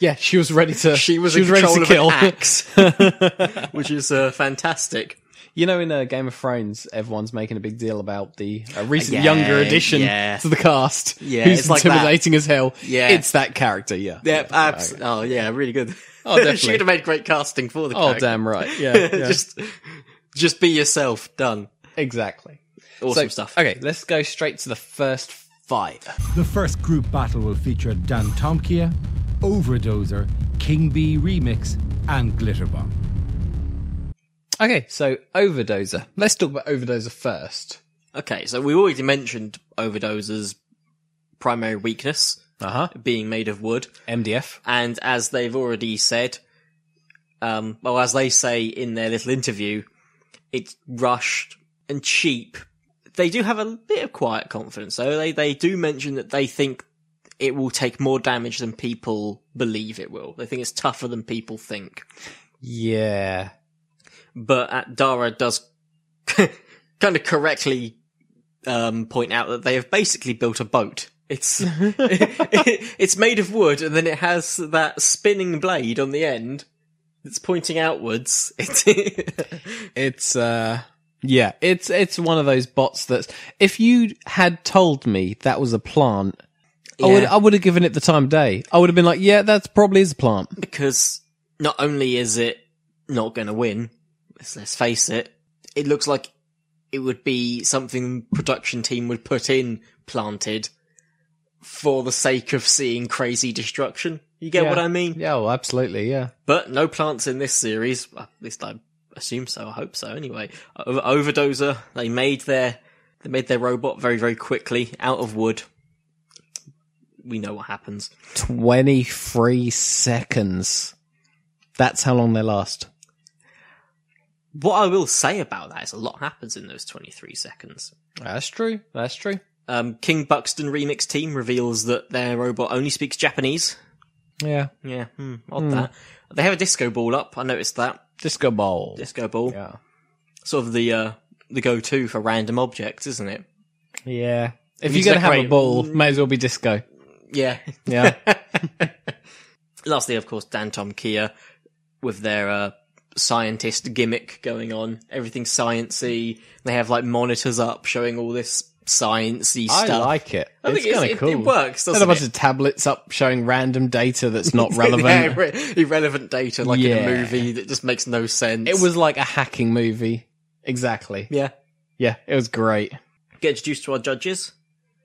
D: Yeah, she was ready to.
E: She was,
D: Uh, she was
E: in
D: ready to
E: control of an
D: kill.
E: axe, which is uh, fantastic.
D: You know, in uh, Game of Thrones, everyone's making a big deal about the uh, recent younger
E: Yeah,
D: addition
E: yeah.
D: to the cast.
E: Yeah,
D: who's
E: it's like that.
D: intimidating as hell.
E: Yeah.
D: it's that character. Yeah, uh,
E: Yeah, abs- oh yeah, really good.
D: Oh, definitely.
E: she would have made great casting for the.
D: Oh,
E: character.
D: damn right. Yeah, yeah.
E: just, just be yourself. Done.
D: exactly.
E: Awesome
D: So,
E: stuff.
D: Okay, let's go straight to the first fight.
F: The first group battle will feature Dan Tomkia, Overdoser, King Bee Remix, and Glitterbomb.
D: Okay, so Overdoser. Let's talk about Overdoser first.
E: Okay, so we already mentioned overdoses' primary weakness
D: uh-huh.
E: being made of wood.
D: MDF.
E: And as they've already said, um, well, as they say in their little interview, it's rushed and cheap. They do have a bit of quiet confidence, though. They they do mention that they think it will take more damage than people believe it will. They think it's tougher than people think
D: Yeah.
E: but uh, Dara does kind of correctly um, point out that they have basically built a boat. It's it's made of wood, and then it has that spinning blade on the end that's pointing outwards. It's
D: It's uh Yeah, it's it's one of those bots that's if you had told me that was a plant, I would
E: Yeah.
D: I would have given it the time of day. I would have been like, yeah, that's probably is a plant.
E: because not only is it not going to win, let's, let's face it, it looks like it would be something the production team would put in planted for the sake of seeing crazy destruction. You get
D: Yeah.
E: what I mean?
D: Yeah, well, absolutely, yeah.
E: But no plants in this series. At least I assume so. I hope so. Anyway, Over- Overdoser. They made their they made their robot very very quickly out of wood. We know what happens.
D: Twenty three seconds. That's how long they last.
E: What I will say about that is a lot happens in those 23 seconds.
D: That's true. That's true.
E: Um, King Buxton remix team reveals that their robot only speaks Japanese.
D: Yeah.
E: Yeah, hmm, odd
D: Hmm.
E: that. They have a disco ball up. I noticed that.
D: Disco ball.
E: Disco ball.
D: Yeah.
E: Sort of the uh, the go to for random objects, isn't it?
D: Yeah. If
E: We
D: you're gonna have a
E: decorate-
D: ball, may as well be disco.
E: Yeah.
D: Yeah.
E: Lastly, of course, Dantom Kia with their uh, scientist gimmick going on. Everything's sciency. They have like monitors up showing all this sciencey
D: I
E: stuff.
D: like it.
E: I
D: it's
E: think
D: kind
E: it-
D: of cool.
E: It works.
D: There's a
E: Doesn't
D: bunch
E: it?
D: of tablets up showing random data that's not relevant.
E: yeah, irre- irrelevant data like in
D: Yeah.
E: a movie that just makes no sense.
D: It was like a hacking movie. Exactly.
E: Yeah.
D: Yeah, it was great.
E: get introduced to our judges,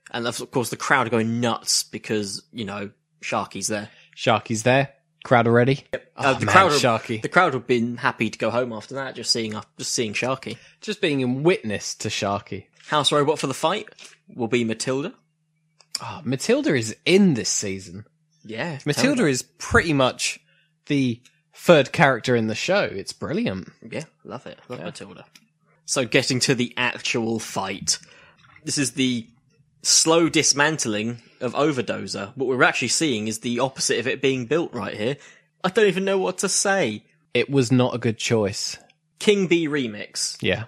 E: and of course the crowd are going nuts because you know Sharky's there.
D: Sharky's there. Crowd already.
E: Uh,
D: Oh,
E: the
D: man,
E: crowd,
D: Sharky.
E: the crowd have been happy to go home after that, just seeing uh, just seeing Sharky.
D: Just being in witness to Sharky.
E: House robot for the fight will be Matilda.
D: Oh, Matilda is in this season.
E: Yeah, tell
D: Matilda
E: me.
D: is pretty much the third character in the show. It's brilliant.
E: Yeah, love it. Love Matilda. So getting to the actual fight. This is the slow dismantling of Overdoser. What we're actually seeing is the opposite of it being built right here. I don't even know what to say.
D: It was not a good choice.
E: King Bee remix.
D: Yeah.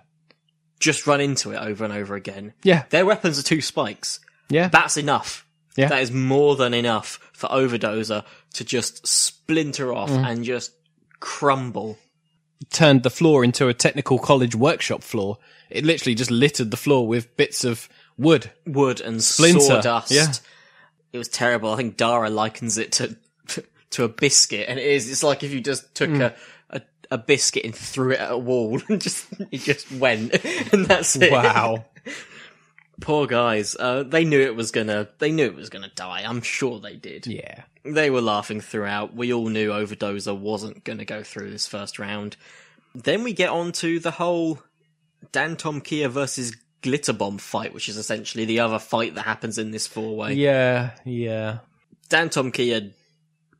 E: Just run into it over and over again.
D: Yeah.
E: Their weapons are two spikes.
D: Yeah.
E: That's enough.
D: Yeah.
E: That is more than enough for Overdoser to just splinter off
D: Mm.
E: and just crumble.
D: Turned the floor into a technical college workshop floor. It literally just littered the floor with bits of wood.
E: Wood and
D: Splinter.
E: sawdust.
D: Yeah.
E: It was terrible. I think Dara likens it to to a biscuit, and it is. It's like if you just took
D: Mm.
E: a, a a biscuit and threw it at a wall, and just it just went, and that's it.
D: Wow.
E: Poor guys. Uh, they knew it was gonna. They knew it was gonna die. I'm sure they did.
D: Yeah.
E: They were laughing throughout. We all knew Overdoser wasn't gonna go through this first round. Then we get on to the whole Dan Tom Kia versus Glitterbomb fight, which is essentially the other fight that happens in this four way.
D: Yeah. Yeah.
E: Dan Tom Kia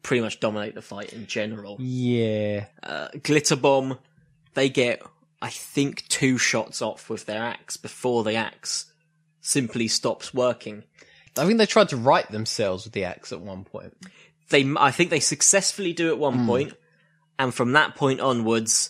E: pretty much dominate the fight in general.
D: Yeah.
E: Uh, Glitter Bomb, they get, I think, two shots off with their axe before the axe simply stops working.
D: I think they tried to right themselves with the axe at one point.
E: They, I think they successfully do at one point, and from that point onwards,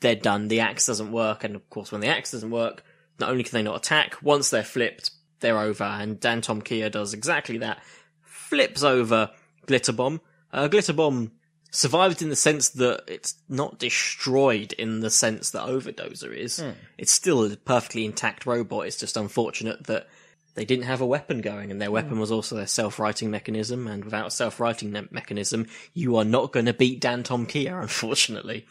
E: they're done. The axe doesn't work, and of course, when the axe doesn't work, not only can they not attack, once they're flipped, they're over. And Dan Tom Kia does exactly that. Flips over Glitter Bomb. Uh, Glitter Bomb survived in the sense that it's not destroyed in the sense that Overdoser is.
D: Hmm.
E: It's still a perfectly intact robot. It's just unfortunate that they didn't have a weapon going, and their weapon
D: Hmm.
E: was also their self-writing mechanism. And without a self-writing ne- mechanism, you are not going to beat Dan Tom Kia, unfortunately.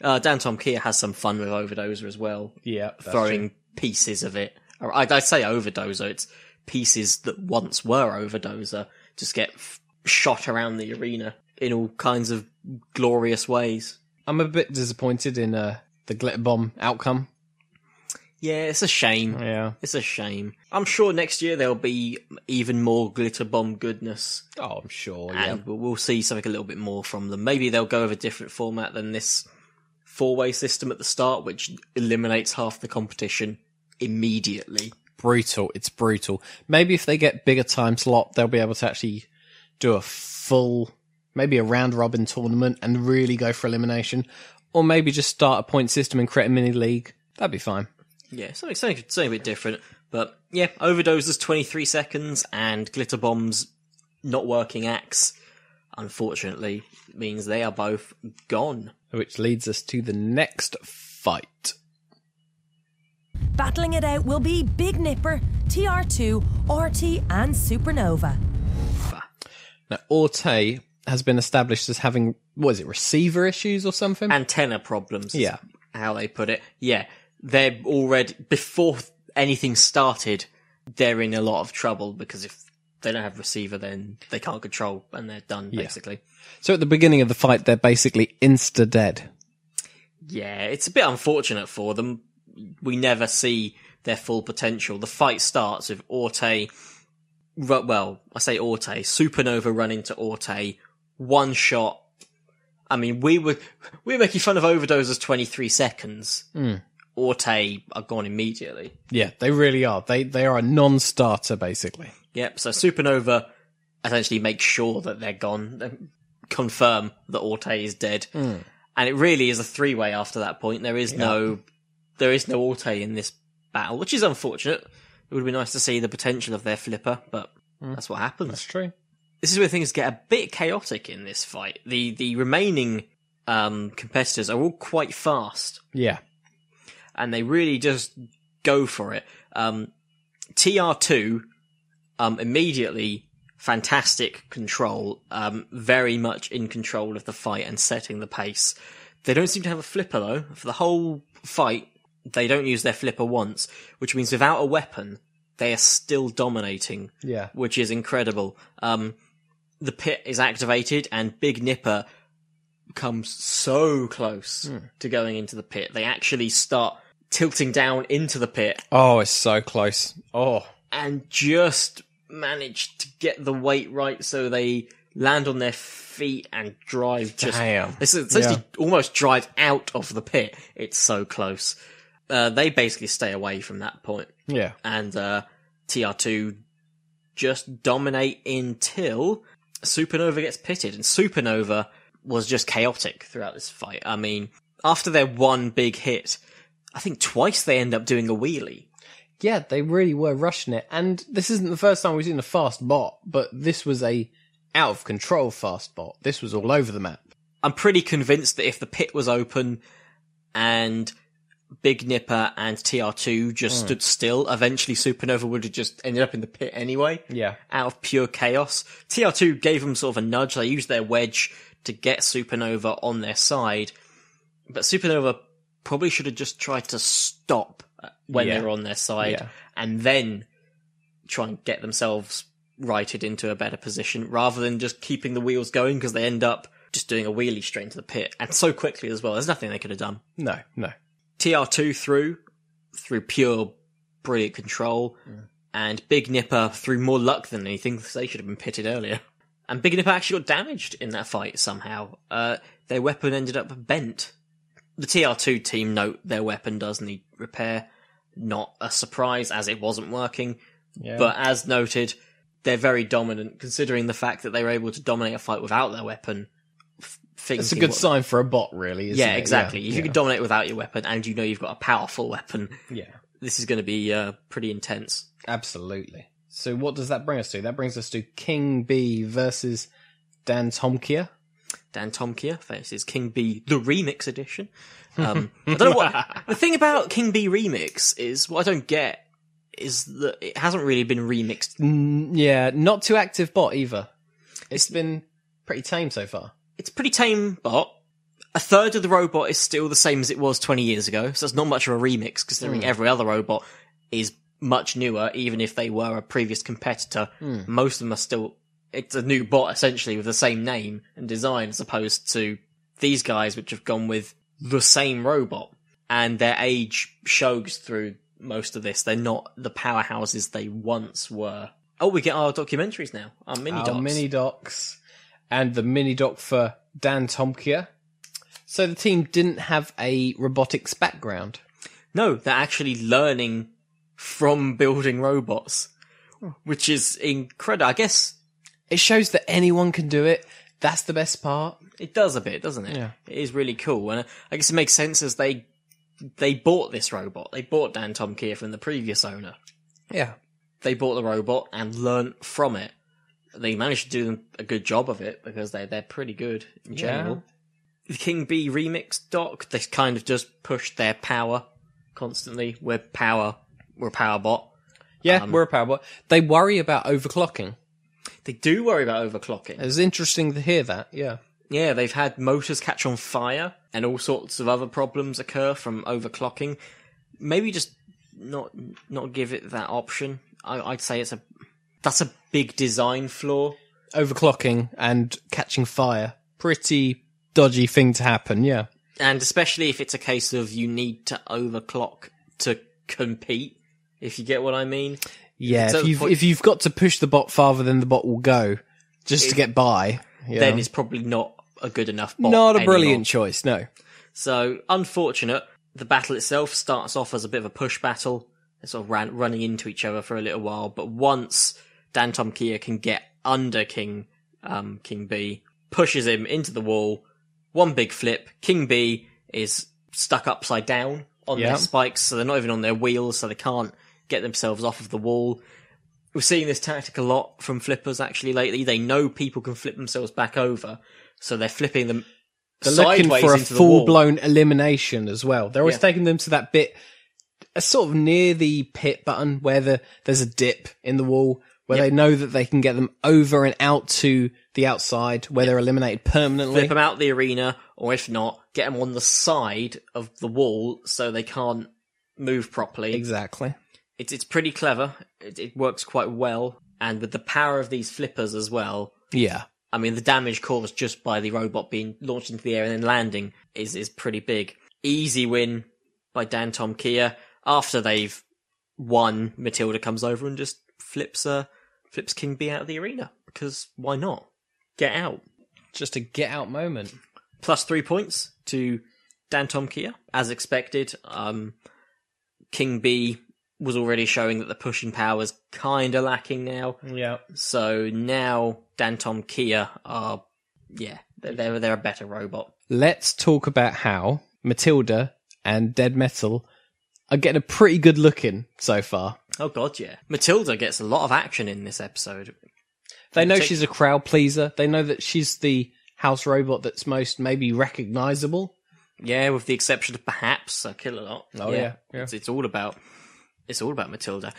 E: Uh, Dan Tom Kia has some fun with Overdoser as well.
D: Yeah, that's
E: throwing pieces of it. Or I, I say Overdoser. It's pieces that once were Overdoser just get f- shot around the arena in all kinds of glorious ways.
D: I'm a bit disappointed in uh, the glitter bomb outcome.
E: Yeah, it's a shame.
D: Yeah.
E: It's a shame. I'm sure next year there'll be even more glitter bomb goodness.
D: Oh, I'm sure.
E: And we'll- we'll see something a little bit more from them. Maybe they'll go with a different format than this four-way system at the start, which eliminates half the competition immediately.
D: Brutal. It's brutal. Maybe if they get bigger time slot, they'll be able to actually do a full, maybe a round robin tournament and really go for elimination, or maybe just start a point system and create a mini league. That'd be fine.
E: Yeah, something, something, something a bit different. But yeah, overdoses 23 seconds and glitter bombs not working axe. Unfortunately, means they are both gone.
D: Which leads us to the next fight.
M: Battling it out will be Big Nipper, TR2, RT, and Supernova.
D: Now, Orte has been established as having, what is it, receiver issues or something?
E: Antenna problems. is
D: Yeah.
E: How they put it. Yeah. They're already, before anything started, they're in a lot of trouble because if they don't have receiver, then they can't control and they're done,
D: Yeah.
E: basically.
D: So at the beginning of the fight, they're basically insta dead.
E: Yeah, it's a bit unfortunate for them. We never see their full potential. The fight starts with Orte. ru- Well, I say Orte. Supernova run into Orte. One shot. I mean, we were we were making fun of overdoses twenty three seconds.
D: Mm.
E: Orte are gone immediately.
D: Yeah, they really are. They they are a non-starter basically.
E: Yep. So Supernova essentially make sure that they're gone, um, confirm that Orte is dead,
D: Mm.
E: and it really is a three way after that point. There is no, there is no Orte in this battle, which is unfortunate. It would be nice to see the potential of their flipper, but that's what happens. That's
D: true.
E: This is where things get a bit chaotic in this fight. The the remaining um, competitors are all quite fast
D: Yeah.
E: and they really just go for it. Um, TR2, um, immediately fantastic control, um, very much in control of the fight and setting the pace. They don't seem to have a flipper though. For the whole fight, they don't use their flipper once, which means without a weapon, they are still dominating
D: Yeah.
E: which is incredible. Um, the pit is activated, and Big Nipper comes so close to going into the pit. They actually start tilting down into the pit
D: Oh, it's so close. Oh.
E: and just manage to get the weight right so they land on their feet and drive just
D: Damn.
E: This is essentially almost drive out of the pit. It's so close. Uh, they basically stay away from that point
D: Yeah.
E: and uh, TR2 just dominate until Supernova gets pitted. And Supernova was just chaotic throughout this fight. I mean, after their one big hit, I think twice they end up doing a wheelie.
D: Yeah, they really were rushing it. And this isn't the first time we've seen a fast bot, but this was a out of control fast bot. This was all over the map.
E: I'm pretty convinced that if the pit was open and Big Nipper and TR2 just
D: Mm.
E: stood still, eventually Supernova would have just ended up in the pit anyway.
D: Yeah.
E: Out of pure chaos. TR2 gave them sort of a nudge. They used their wedge to get Supernova on their side. But Supernova probably should have just tried to stop uh, when
D: Yeah.
E: they're on their side
D: Yeah.
E: and then try and get themselves righted into a better position rather than just keeping the wheels going because they end up just doing a wheelie straight into the pit and so quickly as well. There's nothing they could have done.
D: No, no.
E: TR2 through, through pure brilliant control, and Big Nipper through more luck than anything, 'cause they should have been pitted earlier. And Big Nipper actually got damaged in that fight somehow. Uh, their weapon ended up bent. The TR2 team note their weapon does need repair. Not a surprise, as it wasn't working.
D: Yeah.
E: But as noted, they're very dominant, considering the fact that they were able to dominate a fight without their weapon. F-
D: It's a
E: thinking
D: good
E: what-
D: sign for a bot, really. Isn't
E: yeah,
D: it?
E: exactly. If
D: Yeah.
E: you can dominate without your weapon, and you know you've got a powerful weapon,
D: Yeah.
E: this is going to be uh, pretty intense.
D: Absolutely. So what does that bring us to? That brings us to King B versus Dan Tomkia.
E: Dan Tomkia faces King B, the remix edition. Um, I don't know what the thing about King B remix is. What I don't get is that it hasn't really been remixed.
D: Mm, yeah, not too active bot either. it's been pretty tame so far.
E: It's a pretty tame bot. A third of the robot is still the same as it was 20 years ago, so it's not much of a remix considering
D: Hmm.
E: every other robot is much newer, even if they were a previous competitor.
D: Hmm.
E: Most of them are still, it's a new bot essentially with the same name and design as opposed to these guys, which have gone with the same robot. And their age shows through most of this. They're not the powerhouses they once were. Oh, we get our documentaries now, our mini
D: Our
E: docs.
D: mini docs and the mini doc for Dan Tomkia. So the team didn't have a robotics background.
E: No, they're actually learning from building robots,
D: Hmm.
E: which is incredible. I guess
D: it shows that anyone can do it. That's the best part.
E: It does a bit, doesn't it?
D: Yeah.
E: It is really cool, and I guess it makes sense as they they bought this robot. They bought Dan Tomkier from the previous owner.
D: Yeah.
E: They bought the robot and learnt from it. They managed to do a good job of it because they they're pretty good in
D: Yeah.
E: general. The King B remix doc, they kind of just pushed their power constantly. We're power. We're a power bot.
D: Yeah,
E: Um,
D: we're a power bot. They worry about overclocking.
E: They do worry about overclocking.
D: It was interesting to hear that. Yeah.
E: Yeah, they've had motors catch on fire and all sorts of other problems occur from overclocking. Maybe just not not give it that option. I, I'd say it's a that's a big design flaw.
D: Overclocking and catching fire. Pretty dodgy thing to happen. Yeah.
E: And especially if it's a case of you need to overclock to compete, if you get what I mean.
D: Yeah.
E: It's at
D: If
E: the
D: you've,
E: point-
D: if you've got to push the bot farther than the bot will go just to
E: It-
D: get by, yeah.
E: then it's probably not a good enough bot.
D: not a
E: anymore.
D: brilliant choice. No.
E: So unfortunate. The battle itself starts off as a bit of a push battle, They're sort of ran, running into each other for a little while. But once Dantom Kia can get under King um, King B, pushes him into the wall. One big flip. King B is stuck upside down on
D: Yeah.
E: their spikes, so they're not even on their wheels, so they can't get themselves off of the wall. We're seeing this tactic a lot from flippers actually lately. They know people can flip themselves back over, so they're flipping them
D: They're
E: sideways
D: looking for a
E: into the wall.
D: full blown elimination as well. They're always
E: Yeah.
D: taking them to that bit, uh, sort of near the pit button where the, there's a dip in the wall where they know that they can get them over and out to the outside where they're eliminated permanently.
E: flip them out the arena, or if not, get them on the side of the wall so they can't move properly.
D: Exactly.
E: It's it's pretty clever. It, it works quite well, and with the power of these flippers as well.
D: Yeah.
E: I mean, the damage caused just by the robot being launched into the air and then landing is is pretty big. Easy win by Dan Tom Kia. After they've won, Matilda comes over and just flips uh flips King B out of the arena because why not? Get out.
D: Just a get out moment.
E: Plus three points to Dan Tom Kia, as expected. Um, King B was already showing that the pushing power is kind of lacking now.
D: Yeah.
E: So now Dantom Kia are, yeah, they're, they're, they're a better robot.
D: Let's talk about how Matilda and Dead Metal are getting a pretty good looking so far.
E: Oh god, yeah. Matilda gets a lot of action in this episode.
D: They know
E: Take-
D: she's a crowd pleaser. They know that she's the house robot that's most maybe recognizable.
E: Yeah, with the exception of perhaps a killer lot.
D: Oh, yeah,
E: It's, it's all about, it's all about Matilda.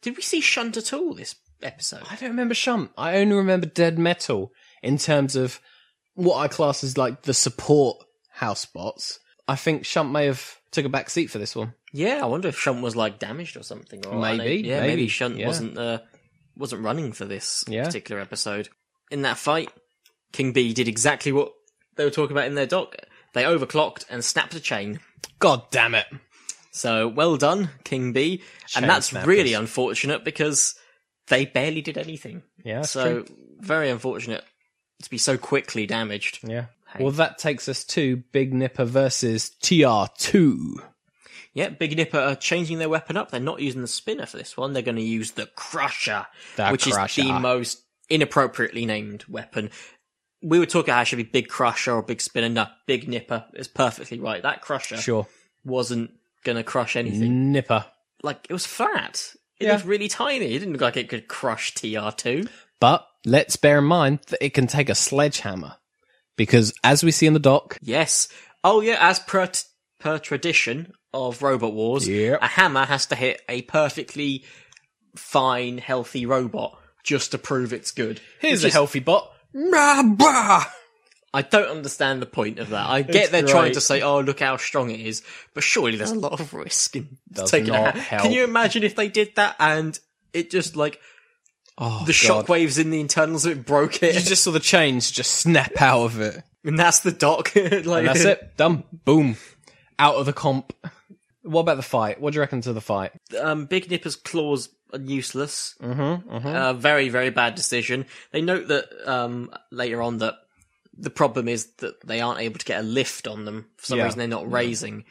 E: Did we see Shunt at all this episode?
D: I don't remember Shump. I only remember Dead Metal in terms of what I class as like the support house bots. I think Shump may have took a back seat for this one.
E: Yeah, I wonder if Shunt was like damaged or something. Or I know-
D: Maybe,
E: yeah, maybe,
D: maybe,
E: Shunt
D: yeah.
E: wasn't uh, wasn't running for this particular episode. In that fight, King B did exactly what they were talking about in their doc. They overclocked and snapped a chain.
D: God damn it!
E: So well done, King B.
D: Chain
E: and that's
D: snappers.
E: really unfortunate because they barely did anything.
D: Yeah, that's
E: so very unfortunate to be so quickly damaged.
D: Yeah. Well, that takes us to Big Nipper versus TR2.
E: Yeah, Big Nipper are changing their weapon up. They're not using the spinner for this one. They're going to use the Crusher,
D: The
E: which
D: Crusher.
E: is the most inappropriately named weapon. We were talking how it should be Big Crusher or Big Spinner. No, Big Nipper is perfectly right. That Crusher
D: Sure. Mm.
E: wasn't going to crush anything.
D: Nipper.
E: Like, it was flat. It looked really tiny. It didn't look like it could crush TR2.
D: But let's bear in mind that it can take a sledgehammer because, as we see in the doc,
E: Yes. Oh, yeah, as per, t- per tradition of Robot Wars, a hammer has to hit a perfectly fine, healthy robot just to prove it's good.
D: Here's
E: Which
D: a
E: is-
D: healthy bot.
E: I don't understand the point of that. I
D: It's
E: get they're trying
D: great.
E: to say, "Oh, look how strong it is," but surely there's a lot of risk in
D: Does
E: taking a
D: not
E: hand.
D: help.
E: Can you imagine if they did that and it just like
D: Oh,
E: the
D: God.
E: shockwaves in the internals of it broke it?
D: You just saw the chains just snap out of it.
E: and that's the doc. like
D: And that's it. Done. Boom. Out of the comp. What about the fight? What do you reckon to the fight?
E: Um, Big Nipper's claws are useless.
D: Mm-hmm,
E: Uh, very, very bad decision. They note that um, later on that the problem is that they aren't able to get a lift on them. For some
D: Yeah.
E: reason, they're not
D: Yeah.
E: raising.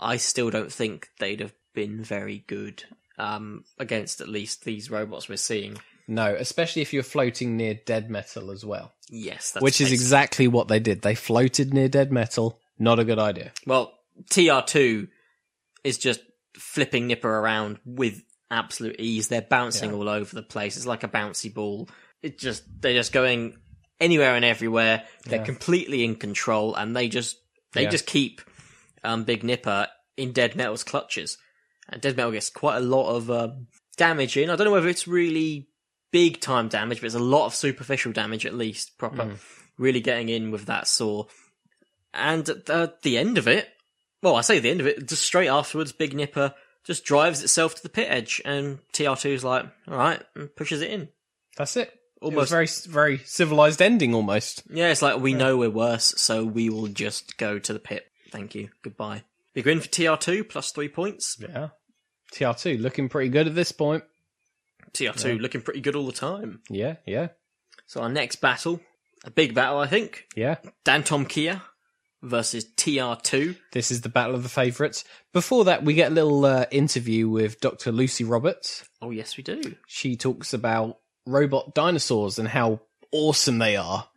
E: I still don't think they'd have been very good um, against at least these robots we're seeing.
D: No, especially if you're floating near dead metal as well.
E: Yes, that's
D: Which is
E: basically-
D: exactly what they did. They floated near dead metal. Not a good idea.
E: Well, TR2 is just flipping Nipper around with absolute ease. They're bouncing all over the place. It's like a bouncy ball. It just they're just going anywhere and everywhere. They're
D: Yeah.
E: completely in control, and they just they
D: Yeah.
E: just keep um, Big Nipper in Dead Metal's clutches, and Dead Metal gets quite a lot of um, damage in. I don't know whether it's really big time damage, but it's a lot of superficial damage at least. Proper,
D: Mm.
E: really getting in with that saw, and at the, the end of it, well, I say the end of it, just straight afterwards, Big Nipper just drives itself to the pit edge, and TR2's like, all right, and pushes it in.
D: That's it.
E: Almost
D: It was very, very civilized ending almost.
E: Yeah, it's like we know we're worse, so we will just go to the pit. Thank you. Goodbye. Big win for TR2, plus three points.
D: Yeah. TR2 looking pretty good at this point.
E: TR2
D: Yeah.
E: looking pretty good all the time.
D: Yeah, yeah,
E: So our next battle, a big battle, I think.
D: yeah.
E: Dantom Kia versus TR2.
D: This is the battle of the favourites. Before that, we get a little uh, interview with Dr. Lucy Roberts.
E: Oh, yes, we do.
D: She talks about robot dinosaurs and how awesome they are.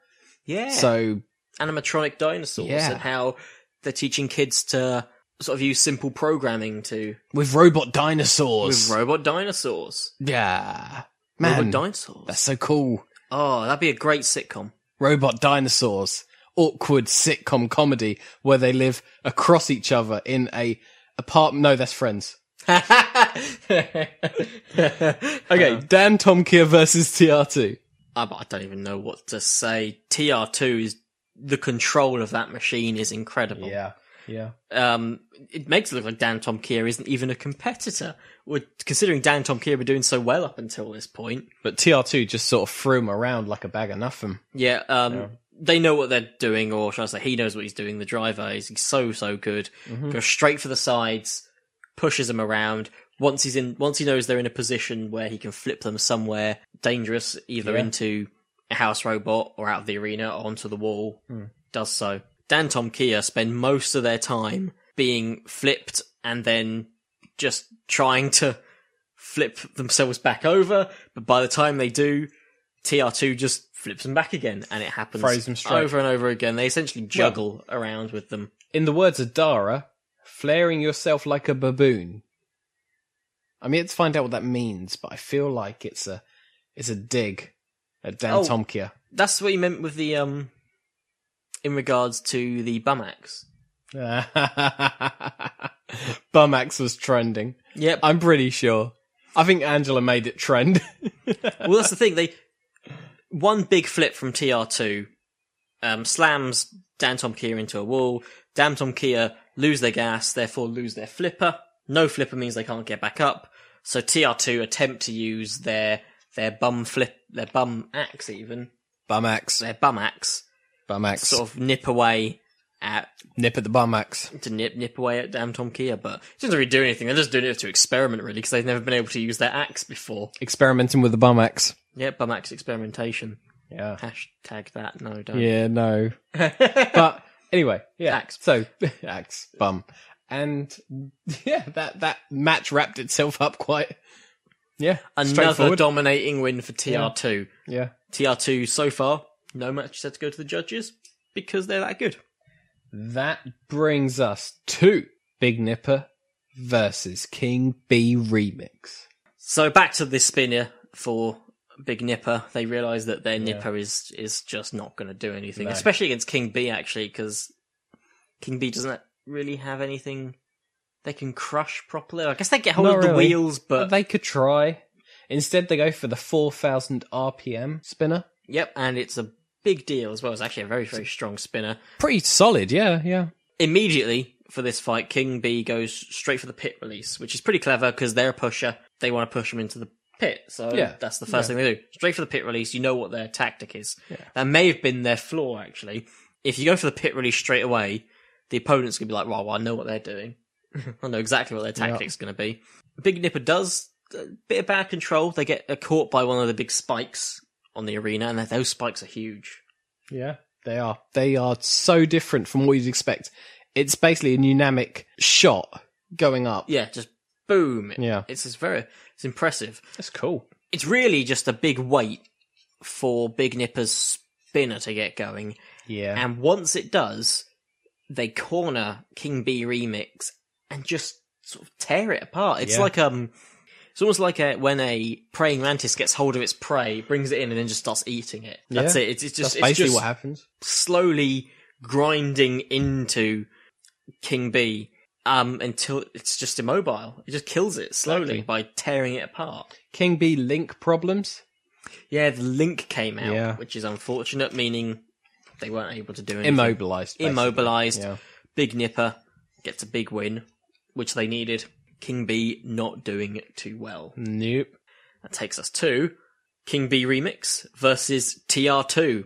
E: Yeah.
D: So
E: animatronic dinosaurs
D: Yeah.
E: and how they're teaching kids to sort of use simple programming to
D: with robot dinosaurs,
E: with robot dinosaurs.
D: yeah, man,
E: Robot dinosaurs.
D: that's so cool.
E: Oh, that'd be a great sitcom.
D: Robot dinosaurs, awkward sitcom comedy where they live across each other in a apartment. No, that's Friends. Okay,
E: Uh-huh.
D: Dan Tomkia versus TR2.
E: I, I don't even know what to say. TR2 is the control of that machine is incredible.
D: Yeah, yeah.
E: Um, it makes it look like Dan Tomkier isn't even a competitor. We're, considering Dan Tomkier were doing so well up until this point.
D: But TR2 just sort of threw him around like a bag of nothing.
E: Yeah, um,
D: Yeah.
E: they know what they're doing, or should I say, he knows what he's doing. The driver is he's so so good.
D: Mhm.
E: Goes straight for the sides, pushes them around. Once he's in, once he knows they're in a position where he can flip them somewhere dangerous, either
D: Yeah.
E: into a house robot or out of the arena or onto the wall.
D: Mm.
E: Does so. Dan Tom Kia spend most of their time being flipped and then just trying to flip themselves back over. But by the time they do, TR2 just flips them back again, and it happens
D: Throws them straight.
E: over and over again. They essentially juggle around with them.
D: In the words of Dara, flaring yourself like a baboon. I'm yet to find out what that means, but I feel like it's a it's a dig at Dan
E: Oh.
D: Tomkia.
E: That's what he meant with the um, in regards to the bum axe.
D: Bumax was trending.
E: Yep.
D: I'm pretty sure. I think Angela made it trend.
E: well, that's the thing. They one big flip from TR2 um, slams Dan Tom Kia into a wall. Dan Tom Kia lose their gas, therefore lose their flipper. No flipper means they can't get back up. So TR2 attempt to use their their bum flip, their bum axe, even
D: Bumax.
E: their bum axe,
D: Bumax.
E: sort of nip away at
D: Nip at the Bumax.
E: to nip nip away at Dan Tom Kia. But it doesn't really do anything. They're just doing it to experiment, really, because they've never been able to use their axe before.
D: Experimenting with the Bumax.
E: Yeah, bum axe experimentation.
D: Yeah.
E: Hashtag that. No, don't.
D: Yeah, no. but anyway, yeah.
E: Axe.
D: So axe bum, and yeah, that that match wrapped itself up quite. Yeah,
E: Another
D: straightforward.
E: dominating win for TR2.
D: Yeah.
E: TR2 so far, no match set to go to the judges because they're that good.
D: That brings us to Big Nipper versus King B Remix.
E: So back to this spinner for Big Nipper. They realise that their Nipper is is just not going to do anything,
D: No.
E: especially against King B actually, because King B doesn't really have anything they can crush properly. I guess they get hold
D: Not
E: of the
D: really,
E: wheels, but
D: they could try. Instead, they go for the four thousand RPM spinner.
E: yep, and it's a big deal as well. It's actually a very very strong spinner.
D: Pretty solid, yeah, yeah.
E: immediately for this fight, King B goes straight for the pit release, which is pretty clever because they're a pusher. They want to push him into the pit. So
D: Yeah.
E: that's the first
D: Yeah.
E: thing they do. Straight for the pit release. You know what their tactic is.
D: Yeah.
E: That may have been their flaw, actually. If you go for the pit release straight away, the opponent's going to be like, well, well, I know what they're doing. I know exactly what their
D: Yeah.
E: tactic's going to be. Big Nipper does a bit of bad control. They get uh, caught by one of the big spikes on the arena, and those spikes are huge.
D: Yeah, they are. They are so different from what you'd expect. It's basically a dynamic shot going up.
E: Yeah, just boom. It-
D: Yeah.
E: It's just very, it's impressive.
D: That's cool.
E: It's really just a big wait for Big Nipper's spinner to get going.
D: Yeah.
E: And once it does, they corner King B remix and just sort of tear it apart. It's
D: Yeah.
E: like, um, it's almost like a, when a praying mantis gets hold of its prey, brings it in, and then just starts eating it. That's
D: Yeah.
E: it. It's, it's just
D: That's basically
E: it's just
D: what happens.
E: Slowly grinding into King B, um, until it's just immobile. It just kills it slowly
D: Exactly.
E: by tearing it apart.
D: King Bee link problems.
E: Yeah, the link came out,
D: Yeah.
E: which is unfortunate, meaning they weren't able to do anything.
D: Immobilised, basically.
E: Immobilized.
D: Yeah.
E: Big Nipper gets a big win, which they needed. King B not doing it too well.
D: Nope.
E: That takes us to King B Remix versus TR2.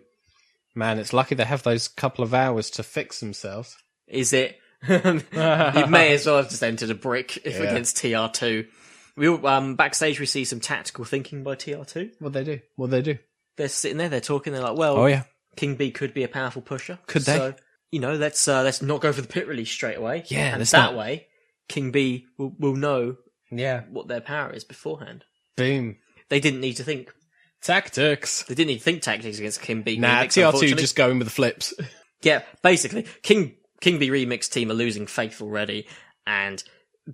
D: Man, it's lucky they have those couple of hours to fix themselves.
E: Is it? you may as well have just entered a brick if
D: Yeah.
E: against TR2. We all- um, backstage we see some tactical thinking by TR2.
D: What they do? What they do?
E: They're sitting there. They're talking. They're like, "Well,
D: Oh, yeah.
E: King B could be a powerful pusher.
D: Could they?
E: So, you know, let's uh, let's not go for the pit release straight away.
D: Yeah,
E: and
D: let's
E: that
D: not.
E: way, King B will, will know
D: yeah
E: what their power is beforehand.
D: Boom.
E: They didn't need to think
D: tactics.
E: They didn't need to think tactics against King B.
D: Nah,
E: Remix,
D: TR2
E: unfortunately.
D: just going with the flips.
E: Yeah, basically, King King B remix team are losing faith already, and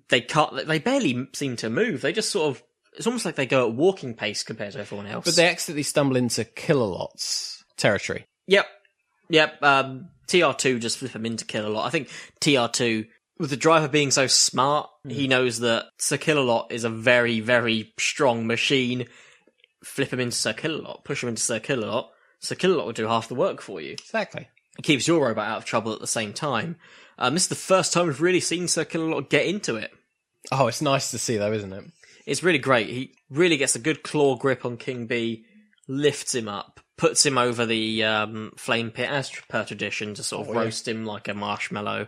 E: they can't. They barely seem to move. They just sort of. It's almost like they go at walking pace compared to everyone else.
D: But they accidentally stumble into Kilolots territory.
E: Yep, yep. Um, TR2 just flip them into Killalot. I think TR2 with the driver being so smart, he knows that Sir Killalot is a very very strong machine. Flip him into Sir Killalot, push him into Sir Killalot. Sir Killalot will do half the work for you.
D: Exactly.
E: It keeps your robot out of trouble at the same time. Um, this is the first time we've really seen Sir Killalot get into it.
D: Oh, it's nice to see though, isn't it?
E: It's really great. He really gets a good claw grip on King B, lifts him up, puts him over the um, flame pit as per tradition to sort of
D: Oh, yeah.
E: roast him like a marshmallow.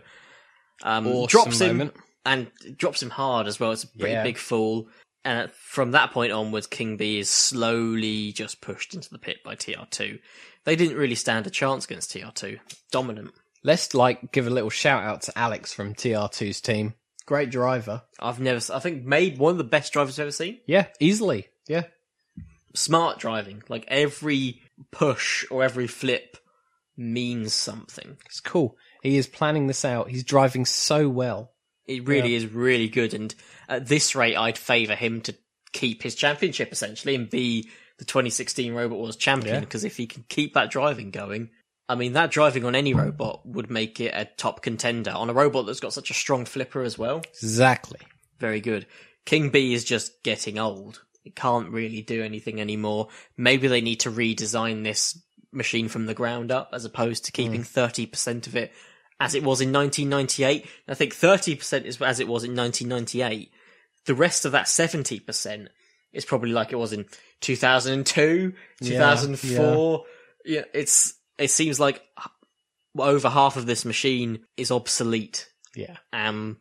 E: Um,
D: Awesome
E: drops him
D: moment.
E: and drops him hard as well. It's a pretty
D: Yeah.
E: big fall. And from that point onwards, King B is slowly just pushed into the pit by TR2. They didn't really stand a chance against TR2. Dominant.
D: Let's like give a little shout out to Alex from TR2's team. Great driver.
E: I've never, s- I think, made one of the best drivers I've ever seen.
D: Yeah, easily. Yeah.
E: Smart driving. Like every push or every flip means something.
D: It's cool. He is planning this out. He's driving so well.
E: It really
D: Yeah.
E: is really good. And at this rate, I'd favour him to keep his championship essentially and be the 2016 Robot Wars champion.
D: Yeah.
E: Because if he can keep that driving going, I mean, that driving on any robot would make it a top contender on a robot that's got such a strong flipper as well.
D: Exactly.
E: Very good. King B is just getting old. It can't really do anything anymore. Maybe they need to redesign this machine from the ground up as opposed to keeping 30% of it as it was in 1998. I think 30% is as it was in 1998. The rest of that 70% is probably like it was in 2002,
D: Yeah,
E: 2004. Yeah, it's, it seems like over half of this machine is obsolete
D: Yeah.
E: um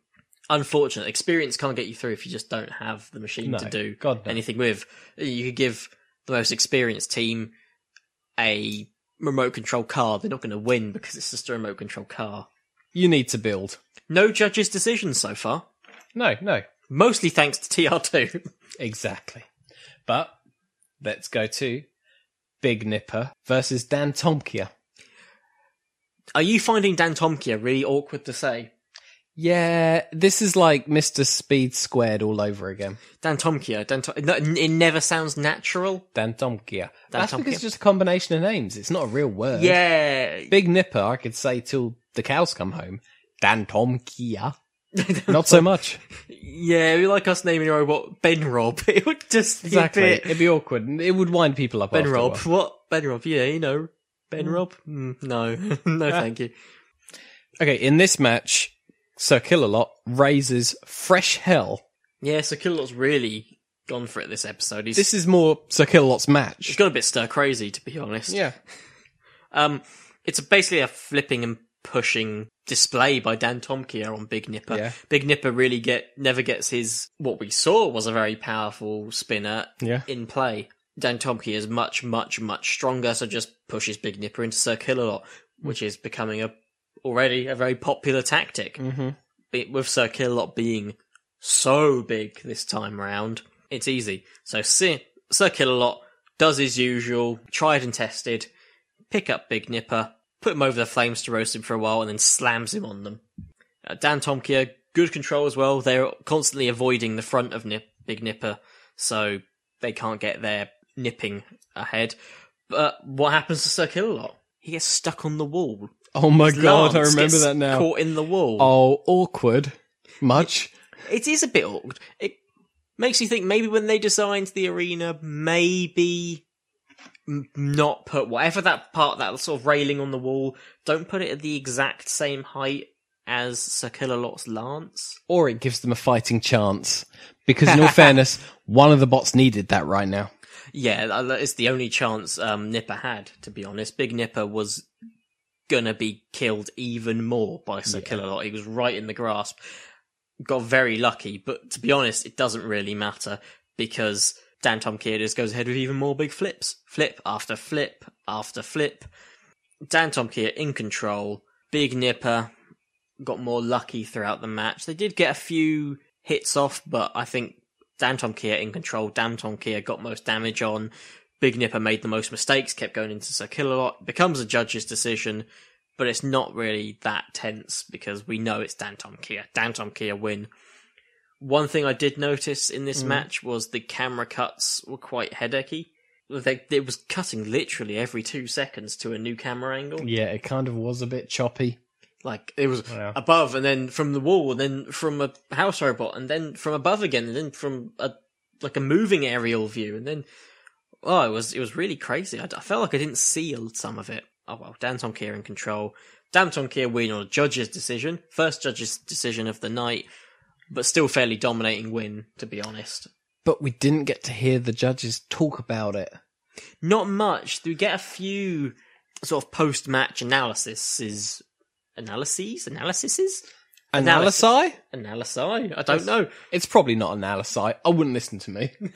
E: unfortunate experience can't get you through if you just don't have the machine
D: No,
E: to do
D: God, no.
E: anything with you could give the most experienced team a remote control car they're not going to win because it's just a remote control car
D: You need to build.
E: no judge's decision so far
D: No, no.
E: mostly thanks to tr2
D: Exactly. But let's go to Big Nipper versus Dan Tomkia.
E: are you finding dan tomkia really awkward to say
D: Yeah, this is like Mr. Speed squared all over again.
E: dan tomkia dan Tom- no, it never sounds natural
D: Dan Tomkia.
E: Dan
D: That's because
E: Tomkia.
D: it's just a combination of names. It's not a real word.
E: Yeah.
D: Big Nipper, I could say till the cows come home. Dan Tomkia. not so much.
E: yeah it'd be like us naming a robot ben rob it would just be a
D: Exactly.
E: bit-
D: It'd be awkward. and It would wind people up.
E: Ben
D: after a
E: Rob,
D: while.
E: what? Ben Rob, yeah, you know. Ben
D: Hmm.
E: Rob? Mm, no, no, thank you.
D: Okay, in this match, Sir Killalot raises fresh hell.
E: Yeah, so Killalot's really gone for it this episode. He's,
D: This is more Sir Killalot's match.
E: he's got a bit stir crazy, to be honest.
D: Yeah.
E: Um, it's basically a flipping and pushing display by Dan Tomkier on Big Nipper.
D: Yeah.
E: Big Nipper really get never gets his what we saw was a very powerful spinner
D: Yeah.
E: in play. Dan Tomkier is much, much, much stronger, so just pushes Big Nipper into Sir Killalot, which is becoming a already a very popular tactic.
D: Mhm.
E: Be- With Sir Killalot being so big this time round, it's easy. So Sir, Sir Killalot does his usual, tried and tested, pick up Big Nipper, put him over the flames to roast him for a while, and then slams him on them. Uh, Dan Tomkia, good control as well. They're constantly avoiding the front of Nip- Big Nipper, so they can't get their nipping ahead. But what happens to Sir Killalot? He gets stuck on the wall.
D: Oh my
E: His
D: god, I
E: lance
D: remember
E: gets
D: that now.
E: Caught in the wall.
D: Oh, awkward. much.
E: It is a bit awkward. It makes you think maybe when they designed the arena, maybe m- not put whatever that part, that sort of railing on the wall, don't put it at the exact same height as Sir Killalot's lance.
D: Or it gives them a fighting chance. Because in all fairness, one of the bots needed that right now.
E: Yeah, that- that is the only chance um, Nipper had, to be honest. Big Nipper was gonna be killed even more by Sir Killalot. He was right in the grasp. Got very lucky, but to be honest, it doesn't really matter because Dan Tom Kiedis goes ahead with even more big flips. Flip after flip after flip. Dan Tom Kier in control. Big Nipper got more lucky throughout the match. They did get a few hits off, but I think Dan Tomkia in control. Dan Tomkia got most damage on. Big Nipper made the most mistakes, kept going into Sir Killalot. Becomes a judge's decision, but it's not really that tense because we know it's Dan Tomkia. Dan Tomkia win. One thing I did notice in this
D: Mm.
E: match was the camera cuts were quite headachy. They, it was cutting literally every two seconds to a new camera angle
D: Yeah, it kind of was a bit choppy.
E: Like it was above and then from the wall and then from a house robot and then from above again and then from a like a moving aerial view and then oh it was it was really crazy i, I felt like i didn't see a- some of it oh well dan tonkier in control dan tonkier win on a judge's decision first judge's decision of the night but still fairly dominating win to be honest
D: But we didn't get to hear the judges talk about it.
E: not much. We get a few sort of post match analyses, analyses, analyses,
D: Analysi?
E: Analysis- analysi. I don't know.
D: It's probably not analysi. I wouldn't listen to me.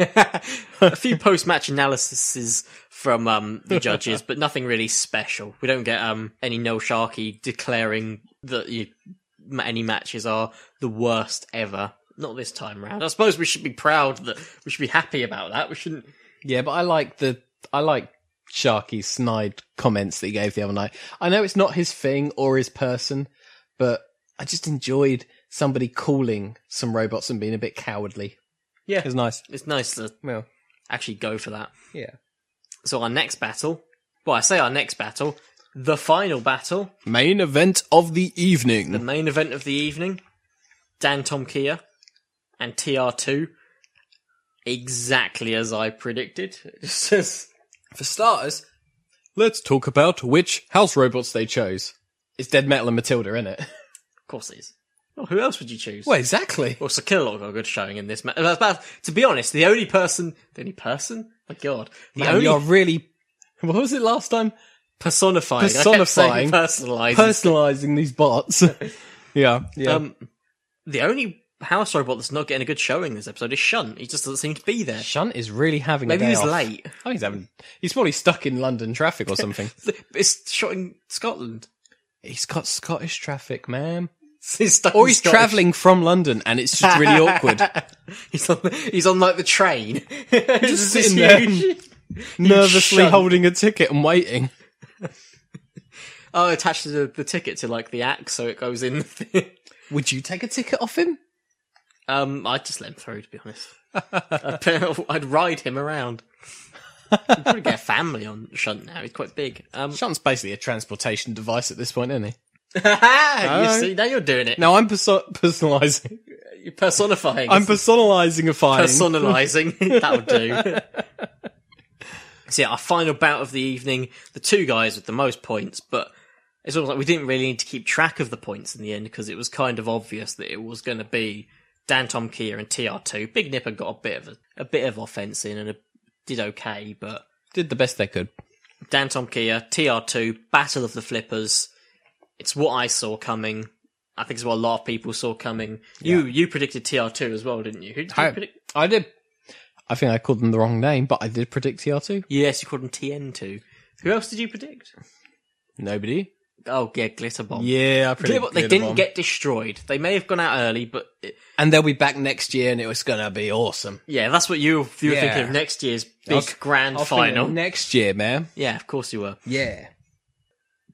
E: a few post match analyses from um, the judges, but nothing really special. We don't get um, any Noel Sharkey declaring that you, ma- any matches are the worst ever. Not this time round. I suppose we should be proud that we should be happy about that. We shouldn't
D: Yeah, but I like the I like Sharky's snide comments that he gave the other night. I know it's not his thing or his person, but I just enjoyed somebody calling some robots and being a bit cowardly.
E: Yeah.
D: It was nice.
E: It's nice to actually go for that.
D: Yeah.
E: So our next battle, well, I say our next battle, the final battle,
D: Main event of the evening.
E: the main event of the evening, Dan Tomkia and TR2, exactly as I predicted. It's just-
D: For starters, let's talk about which house robots they chose. It's Dead Metal and Matilda, isn't it?
E: Of course it is. Well, who else would you choose?
D: Well, exactly.
E: Well, Sakilov got a good showing in this match. To be honest, the only person, the only person, my god, the
D: Man,
E: only
D: you're really. What was it last time?
E: Personifying. I kept
D: Personifying.
E: saying personalising.
D: Personalising these bots. yeah. Yeah.
E: Um, the only house robot that's not getting a good showing this episode is Shunt. He just doesn't seem to be there.
D: Shunt is really having.
E: Maybe
D: a day
E: he's
D: off.
E: late.
D: Oh, he's having. He's probably stuck in London traffic or something.
E: it's shot in Scotland.
D: he's got Scottish traffic, man.
E: He's stuck
D: or
E: in
D: he's
E: Scottish-
D: travelling from London, and it's just really awkward.
E: he's on. He's on like the train.
D: Just sitting there, nervously
E: Shunt.
D: holding a ticket and waiting.
E: Oh, attached to the, the ticket to like the axe, so it goes in.
D: Would you take a ticket off him?
E: Um, I'd just let him through. To be honest, I'd, put- I'd ride him around. You'd probably get a family on Shunt now. He's quite big. Um,
D: Shunt's basically a transportation device at this point, isn't he?
E: you
D: Oh.
E: see, now you're doing it.
D: No, I'm perso- personalising.
E: You're personifying.
D: I'm personalising a fine.
E: Personalising. That'll do. So yeah, our final bout of the evening, the two guys with the most points, but it's almost like we didn't really need to keep track of the points in the end because it was kind of obvious that it was going to be Dan Tomkia and TR2. Big Nipper got a bit of a, a bit of offense in and a, did okay, but
D: Did the best they could.
E: Dan Tomkia, TR2, Battle of the Flippers. It's what I saw coming. I think it's what a lot of people saw coming. You you predicted TR2 as well, didn't you? Who did you
D: I-
E: predict?
D: I did. I think I called them the wrong name, but I did predict TR2.
E: Yes, you called him TN2. Who else did you predict?
D: Nobody.
E: Oh yeah, glitter bomb.
D: Yeah, I
E: Glitter
D: predicted
E: Bomb- they
D: Glitter
E: didn't
D: Bomb.
E: get destroyed. They may have gone out early, but it-
D: And they'll be back next year, and it was going to be awesome.
E: yeah, that's what you you were
D: Yeah.
E: thinking of next year's
D: I
E: big
D: was-
E: grand
D: I was thinking
E: final.
D: next year, man.
E: yeah, of course you were.
D: Yeah.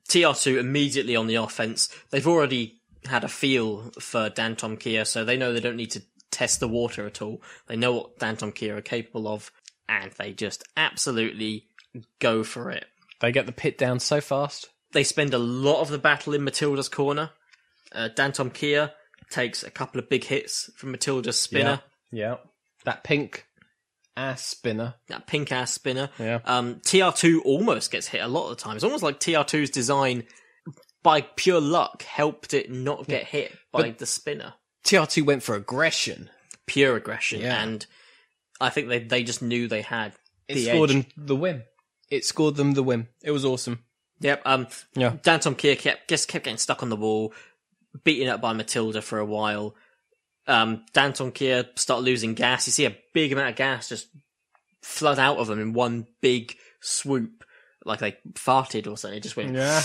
E: TR2 immediately on the offense. They've already had a feel for Dantom Kia, so they know they don't need to test the water at all. They know what Dantom Kia are capable of, and they just absolutely go for it.
D: They get the pit down so fast.
E: They spend a lot of the battle in Matilda's corner. Uh, Dantom Kia takes a couple of big hits from Matilda's spinner.
D: Yeah. That pink ass spinner.
E: That pink ass spinner.
D: Yeah.
E: Um, TR2 almost gets hit a lot of the time. It's almost like TR2's design, by pure luck, helped it not get hit by
D: But-
E: the spinner.
D: TR2 went for aggression.
E: Pure aggression.
D: Yeah.
E: And I think they, they just knew they had
D: It
E: the
D: scored
E: edge.
D: them the win. It scored them the win. It was awesome.
E: Yep. Um.
D: Yeah.
E: Danton Kier kept just kept getting stuck on the wall, beaten up by Matilda for a while. Um. Danton Kier start losing gas. You see a big amount of gas just flood out of them in one big swoop, like they farted or something. It just went.
D: Yeah.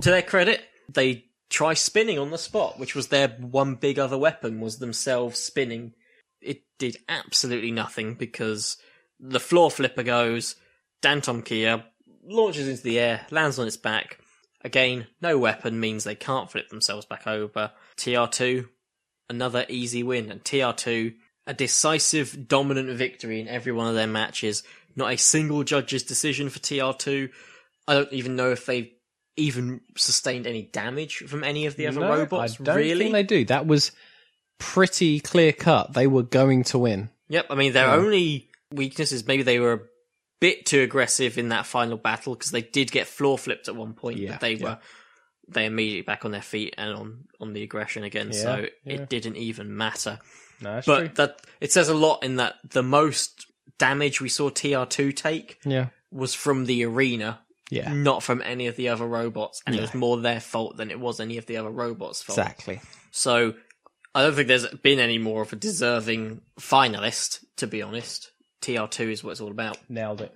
E: To their credit, they try spinning on the spot, which was their one big other weapon was themselves spinning. It did absolutely nothing because the floor flipper goes, Danton Kia launches into the air, lands on its back. Again, no weapon means they can't flip themselves back over. TR2, another easy win, and TR2, a decisive, dominant victory in every one of their matches. Not a single judge's decision for TR2. I don't even know if they've even sustained any damage from any of the other
D: No,
E: robots.
D: I don't
E: really?
D: think they do. That was pretty clear cut. They were going to win.
E: Yep, I mean their
D: Yeah.
E: only weakness is maybe they were a bit too aggressive in that final battle because they did get floor flipped at one point,
D: Yeah,
E: but they
D: yeah.
E: were they immediately back on their feet and on on the aggression again.
D: Yeah,
E: so
D: yeah.
E: it didn't even matter.
D: No, that's
E: but
D: true.
E: that it says a lot in that the most damage we saw TR2 take
D: Yeah.
E: was from the arena.
D: Yeah.
E: Not from any of the other robots, and it
D: No.
E: was more their fault than it was any of the other robots' fault.
D: Exactly.
E: So I don't think there's been any more of a deserving finalist, to be honest. TR2 is what it's all about.
D: Nailed it.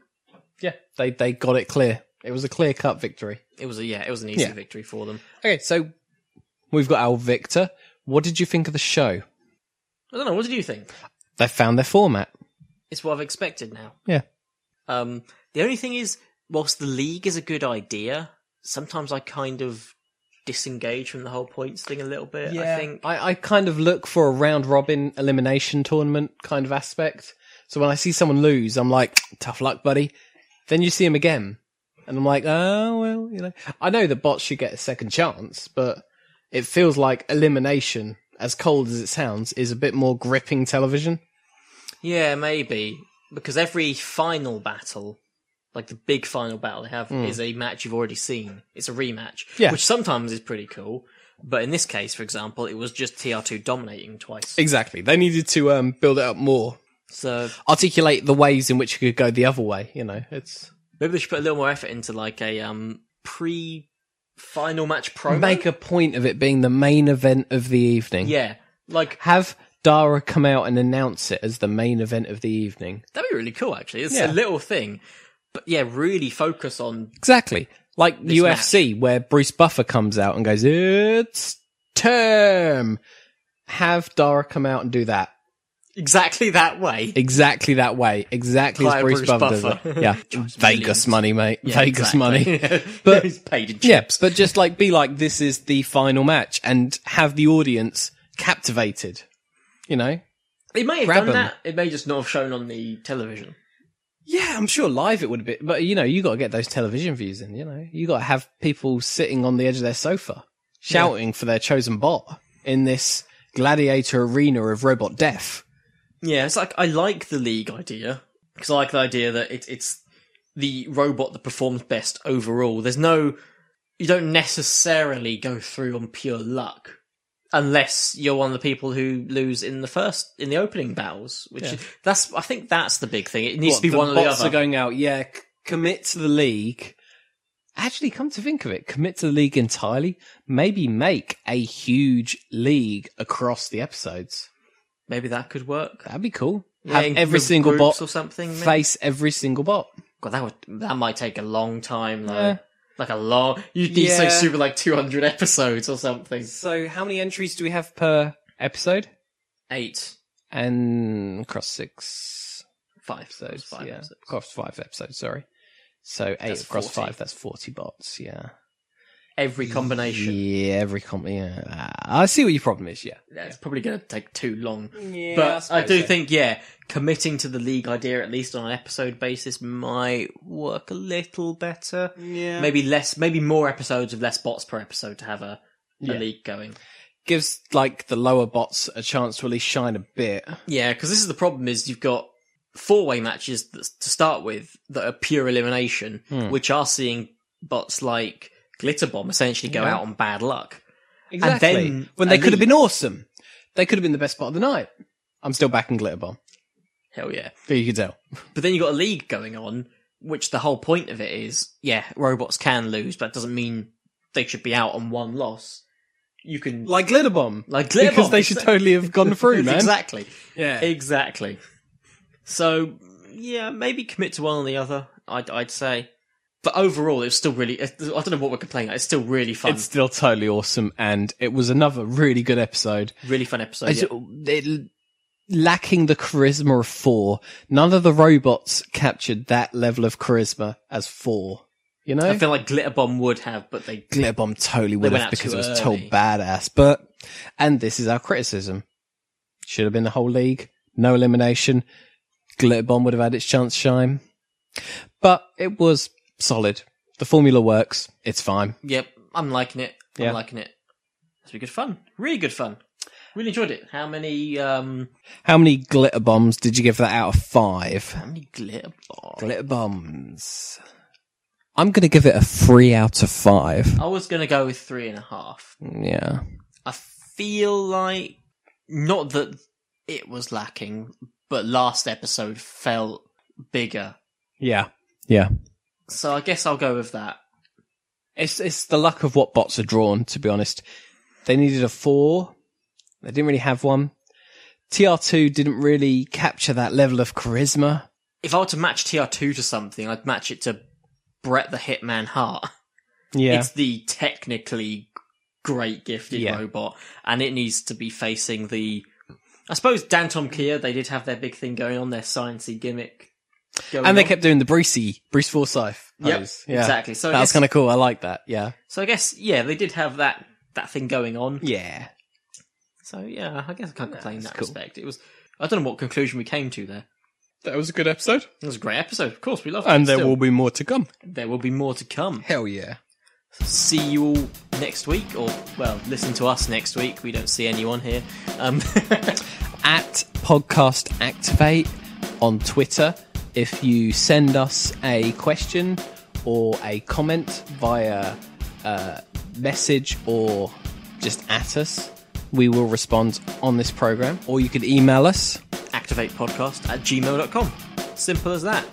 D: Yeah. They they got it clear. It was a clear cut victory.
E: It was a yeah, it was an easy
D: Yeah.
E: victory for them.
D: Okay, so we've got our Victor. What did you think of the show?
E: I don't know, what did you think?
D: They found their format.
E: It's what I've expected now.
D: Yeah.
E: Um the only thing is, whilst the league is a good idea, sometimes I kind of disengage from the whole points thing a little bit, I think.
D: I, I kind of look for a round robin elimination tournament kind of aspect. So when I see someone lose, I'm like, tough luck, buddy. Then you see him again, and I'm like, oh well, you know. I know the bots should get a second chance, but it feels like elimination, as cold as it sounds, is a bit more gripping television.
E: Yeah, maybe. Because every final battle, like the big final battle they have,
D: Mm.
E: is a match you've already seen. It's a rematch.
D: Yeah.
E: Which sometimes is pretty cool. But in this case, for example, it was just TR2 dominating twice.
D: Exactly. They needed to um, build it up more.
E: So
D: articulate the ways in which you could go the other way. You know, it's
E: Maybe they should put a little more effort into like a um, pre final match promo.
D: make a point of it being the main event of the evening.
E: Yeah. Like,
D: have Dara come out and announce it as the main event of the evening.
E: That'd be really cool, actually. It's
D: Yeah.
E: a little thing. But yeah, really focus on
D: Exactly. Like
E: This
D: UFC, where Bruce Buffer comes out and goes, It's term. Have Dara come out and do that.
E: exactly that way.
D: Exactly that way. Exactly
E: Like
D: as Bruce,
E: Bruce
D: Buffer, does
E: Buffer.
D: it. Yeah.
E: Joyce
D: Vegas
E: Williams.
D: money, mate.
E: Yeah,
D: Vegas
E: exactly.
D: money. But
E: He's paid in
D: Yeah, but just like be like, this is the final match and have the audience captivated. You know?
E: It may have
D: Grab
E: done
D: 'em.
E: that. It may just not have shown on the television.
D: Yeah, I'm sure live it would be, but you know, you got to get those television views in. You know, you got to have people sitting on the edge of their sofa shouting for their chosen bot in this gladiator arena of robot death.
E: Yeah, it's like I like the league idea because I like the idea that it, it's the robot that performs best overall. There's no, you don't necessarily go through on pure luck unless you're one of the people who lose in the first in the opening battles. Which
D: Yeah.
E: that's I think that's the big thing. It needs
D: What,
E: to be
D: the
E: one or the
D: bots
E: other.
D: are going out. Yeah, c- commit to the league. Actually, come to think of it, commit to the league entirely. Maybe make a huge league across the episodes.
E: Maybe that could work.
D: That'd be cool.
E: Yeah,
D: have
E: in
D: every
E: group-
D: single
E: groups
D: bot
E: or something, maybe?
D: face every single bot.
E: God, that would that might take a long time though.
D: Yeah.
E: Like a long, you'd need so
D: Yeah.
E: super like two hundred episodes or something.
D: So, how many entries do we have per episode?
E: Eight.
D: And cross six.
E: Five
D: episodes.
E: five
D: yeah.
E: episodes.
D: Cross five episodes, sorry. So, eight
E: That's
D: across
E: 40.
D: five, that's 40 bots, yeah.
E: Every combination.
D: Yeah, every comp. Yeah. Ah, I see what your problem is, yeah.
E: That's probably going to take too long.
D: Yeah,
E: but
D: I
E: I, do
D: suppose so.
E: think, yeah, committing to the league idea, at least on an episode basis, might work a little better.
D: Yeah.
E: Maybe less, maybe more episodes of less bots per episode to have a, a
D: Yeah.
E: league going.
D: gives like the lower bots a chance to at least shine a bit.
E: Yeah, because this is the problem: is you've got four way matches that, to start with that are pure elimination,
D: Hmm.
E: which are seeing bots like Glitter Bomb essentially go
D: Yeah.
E: out on bad luck.
D: Exactly.
E: And then
D: when they could have
E: Elite-
D: been awesome, they could have been the best part of the night. I'm still backing Glitterbomb.
E: hell yeah.
D: You can tell.
E: But then you got a league going on, which the whole point of it is, yeah, robots can lose, but that doesn't mean they should be out on one loss. You can
D: like Glitterbomb,
E: like Glitterbomb,
D: Because they should totally have gone through, man.
E: exactly,
D: Yeah.
E: exactly. So yeah, maybe commit to one or the other. I'd, I'd say, but overall, it's still really. I don't know what we're complaining. about, It's still really fun.
D: It's still totally awesome, and it was another really good episode.
E: really fun episode.
D: I
E: yeah.
D: ju- it- lacking the charisma of four, none of the robots captured that level of charisma as four. You know,
E: I feel like Glitterbomb would have, but they
D: Glitterbomb totally
E: They
D: would
E: went
D: have
E: out
D: because it
E: too
D: was
E: early.
D: told badass. But and this is our criticism: should have been the whole league, no elimination. Glitterbomb would have had its chance to shine, but it was solid. The formula works. It's fine.
E: Yep, I'm liking it.
D: Yeah.
E: I'm liking it. It's been good fun. Really good fun. Really enjoyed it. How many um
D: How many glitter bombs did you give that out of five? How
E: many glitter bombs?
D: Glitter bombs. I'm gonna give it a three out of five.
E: I was gonna go with three and a half.
D: Yeah.
E: I feel like not that it was lacking, but last episode felt bigger.
D: Yeah. Yeah.
E: So I guess I'll go with that.
D: It's it's the luck of what bots are drawn, to be honest. They needed a four. They didn't really have one. TR2 didn't really capture that level of charisma.
E: If I were to match TR2 to something, I'd match it to Brett the Hitman Hart.
D: Yeah.
E: It's the technically great gifted robot, and it needs to be facing the. I suppose Danton Kia, they did have their big thing going on, their sciencey gimmick. going
D: and they
E: on.
D: kept doing the Brucey, Bruce Forsyth
E: Yep,
D: pose.
E: exactly. So I
D: that was
E: guess-
D: kind of cool. I like that. Yeah.
E: So I guess, yeah, they did have that that thing going on.
D: Yeah.
E: So yeah, I guess I can't complain in
D: that's
E: that
D: cool.
E: respect. It was. I don't know what conclusion we came to there.
D: That was a good episode.
E: It was a great episode. Of course, we loved it.
D: And there
E: still.
D: will be more to come.
E: There will be more to come.
D: Hell yeah.
E: See you all next week, or, well, listen to us next week. We don't see anyone here. Um,
D: At Podcast Activate on Twitter. If you send us a question or a comment via uh, message or just at us, we will respond on this program. Or you could email us
E: activatepodcast at gmail.com. Simple as that.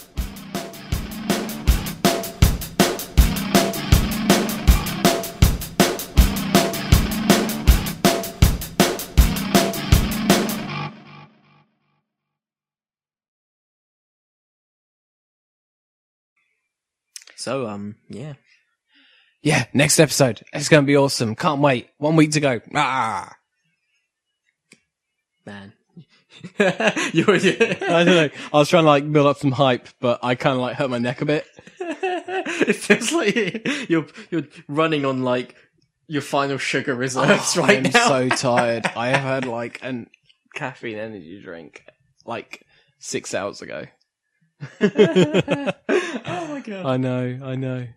E: So, um, yeah.
D: Yeah, next episode. It's going to be awesome. Can't wait. One week to go. Ah.
E: Man. you were,
D: I don't know. I was trying to like build up some hype, but I kind of like hurt my neck a bit.
E: it feels like you're you're running on like your final sugar reserves right
D: Oh, I'm
E: now.
D: so tired. I have had like an caffeine energy drink like six hours ago.
E: oh my god!
D: I know. I know.